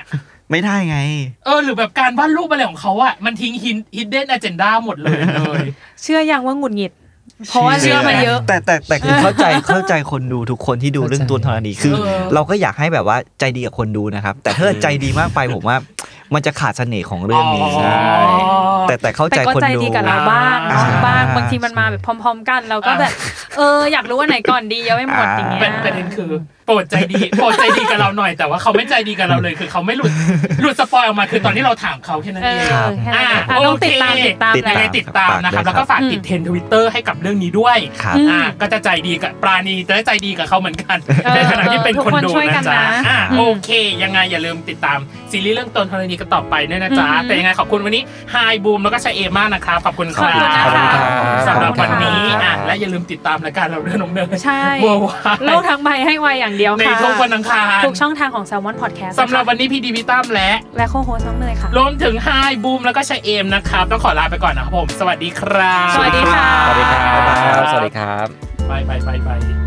ไม่ได้ไง เออหรือแบบการวาดรูปอะไรของเขาอ่ะมันทิ้งฮินฮิดเด้นอเจนดาหมดเลยเลย ๆ เชื่อยังว่าหงุดหงิด เพราะว่า เชื่ เชื่ อ อมาเยอะ แต่แต่แต่คือเข้าใจเข้าใจคนดูทุกคนที่ดูเรื่องตัวธรณีคือ เออ เราก็อยากให้แบบว่าใจดีกับคนดูนะครับ แต่ถ้าใจดีมากไปผมว่า มันจะขาดเสน่ห์ของเรื่องนี้ อ๋อ ใช่แต่แต่เข้า แต่ ใจ ก็ คน ใจ ดู ดีกับเราบ้าง อ่า เนาะบ้างบางทีมันมาแบบพร้อม ๆ กัน เราก็แบบ เออ อยากรู้ว่าไหนก่อนดีเยอะไม่หมด อ่า อย่างเงี้ย เป็นประเด็นคือ โปรดใจดีโปรดใจดีกับเราหน่อยแต่ว่าเขาไม่ใจดีกับเราเลย คือเขาไม่หลุดหลุดสปอยออกมาคือตอนที่เราถามเขาแค่นั้น เอ เอง อแค่ อ่า นั้นอ่ะต้องติดตามติดตาม ติด แหยัละงไงติดตามนะครับ แล้วก็ฝากติดเทรนทวิตเตอร์ให้กับเรื่องนี้ด้วย ครับ อ่าก็จะใจดีกับปราณีจะได้ใจดีกับเขาเหมือนกัน เออ ในขณะที่เป็นคน ทุกคน ดู ช่วยกั นะ น จ๊ะ นะ อ่า อืม โอเค ยังไงอย่าลืมติดตามซีรีส์เรื่องตนทรณีกันต่อไปด้วยนะจ๊ะ อืม แต่ยังไงขอบคุณวันนี้ไฮบูมแล้วก็ชาเอมากนะครับขอบคุณค ขอบ รั คุณนะ บ คะ สำหรับวันนี้ ขอบคุณครับ อ่ะและอย่าลืมติดตามรายการเราเรื่องน้องเนย ใช่ เวอร์ว โลก าย ทั้งใบให้ไวอย่างเดียว ใน ค่ะ ทุกวันอังคาร ทุกช่องทางของ s ซ l m o n Podcast สำหรับวันนี้พี่ดีพี่ตั้มและ และโคโฮสน้องเนยค่ะ รวมถึงไฮบูมแล้วก็ชาเอมนะครับ ต้องขอลาไปก่อนนะครับผม สวัสดีครับ สวัสดีค่ะ สวัสดีครับ สวัสดีครับ ไปไปไปไป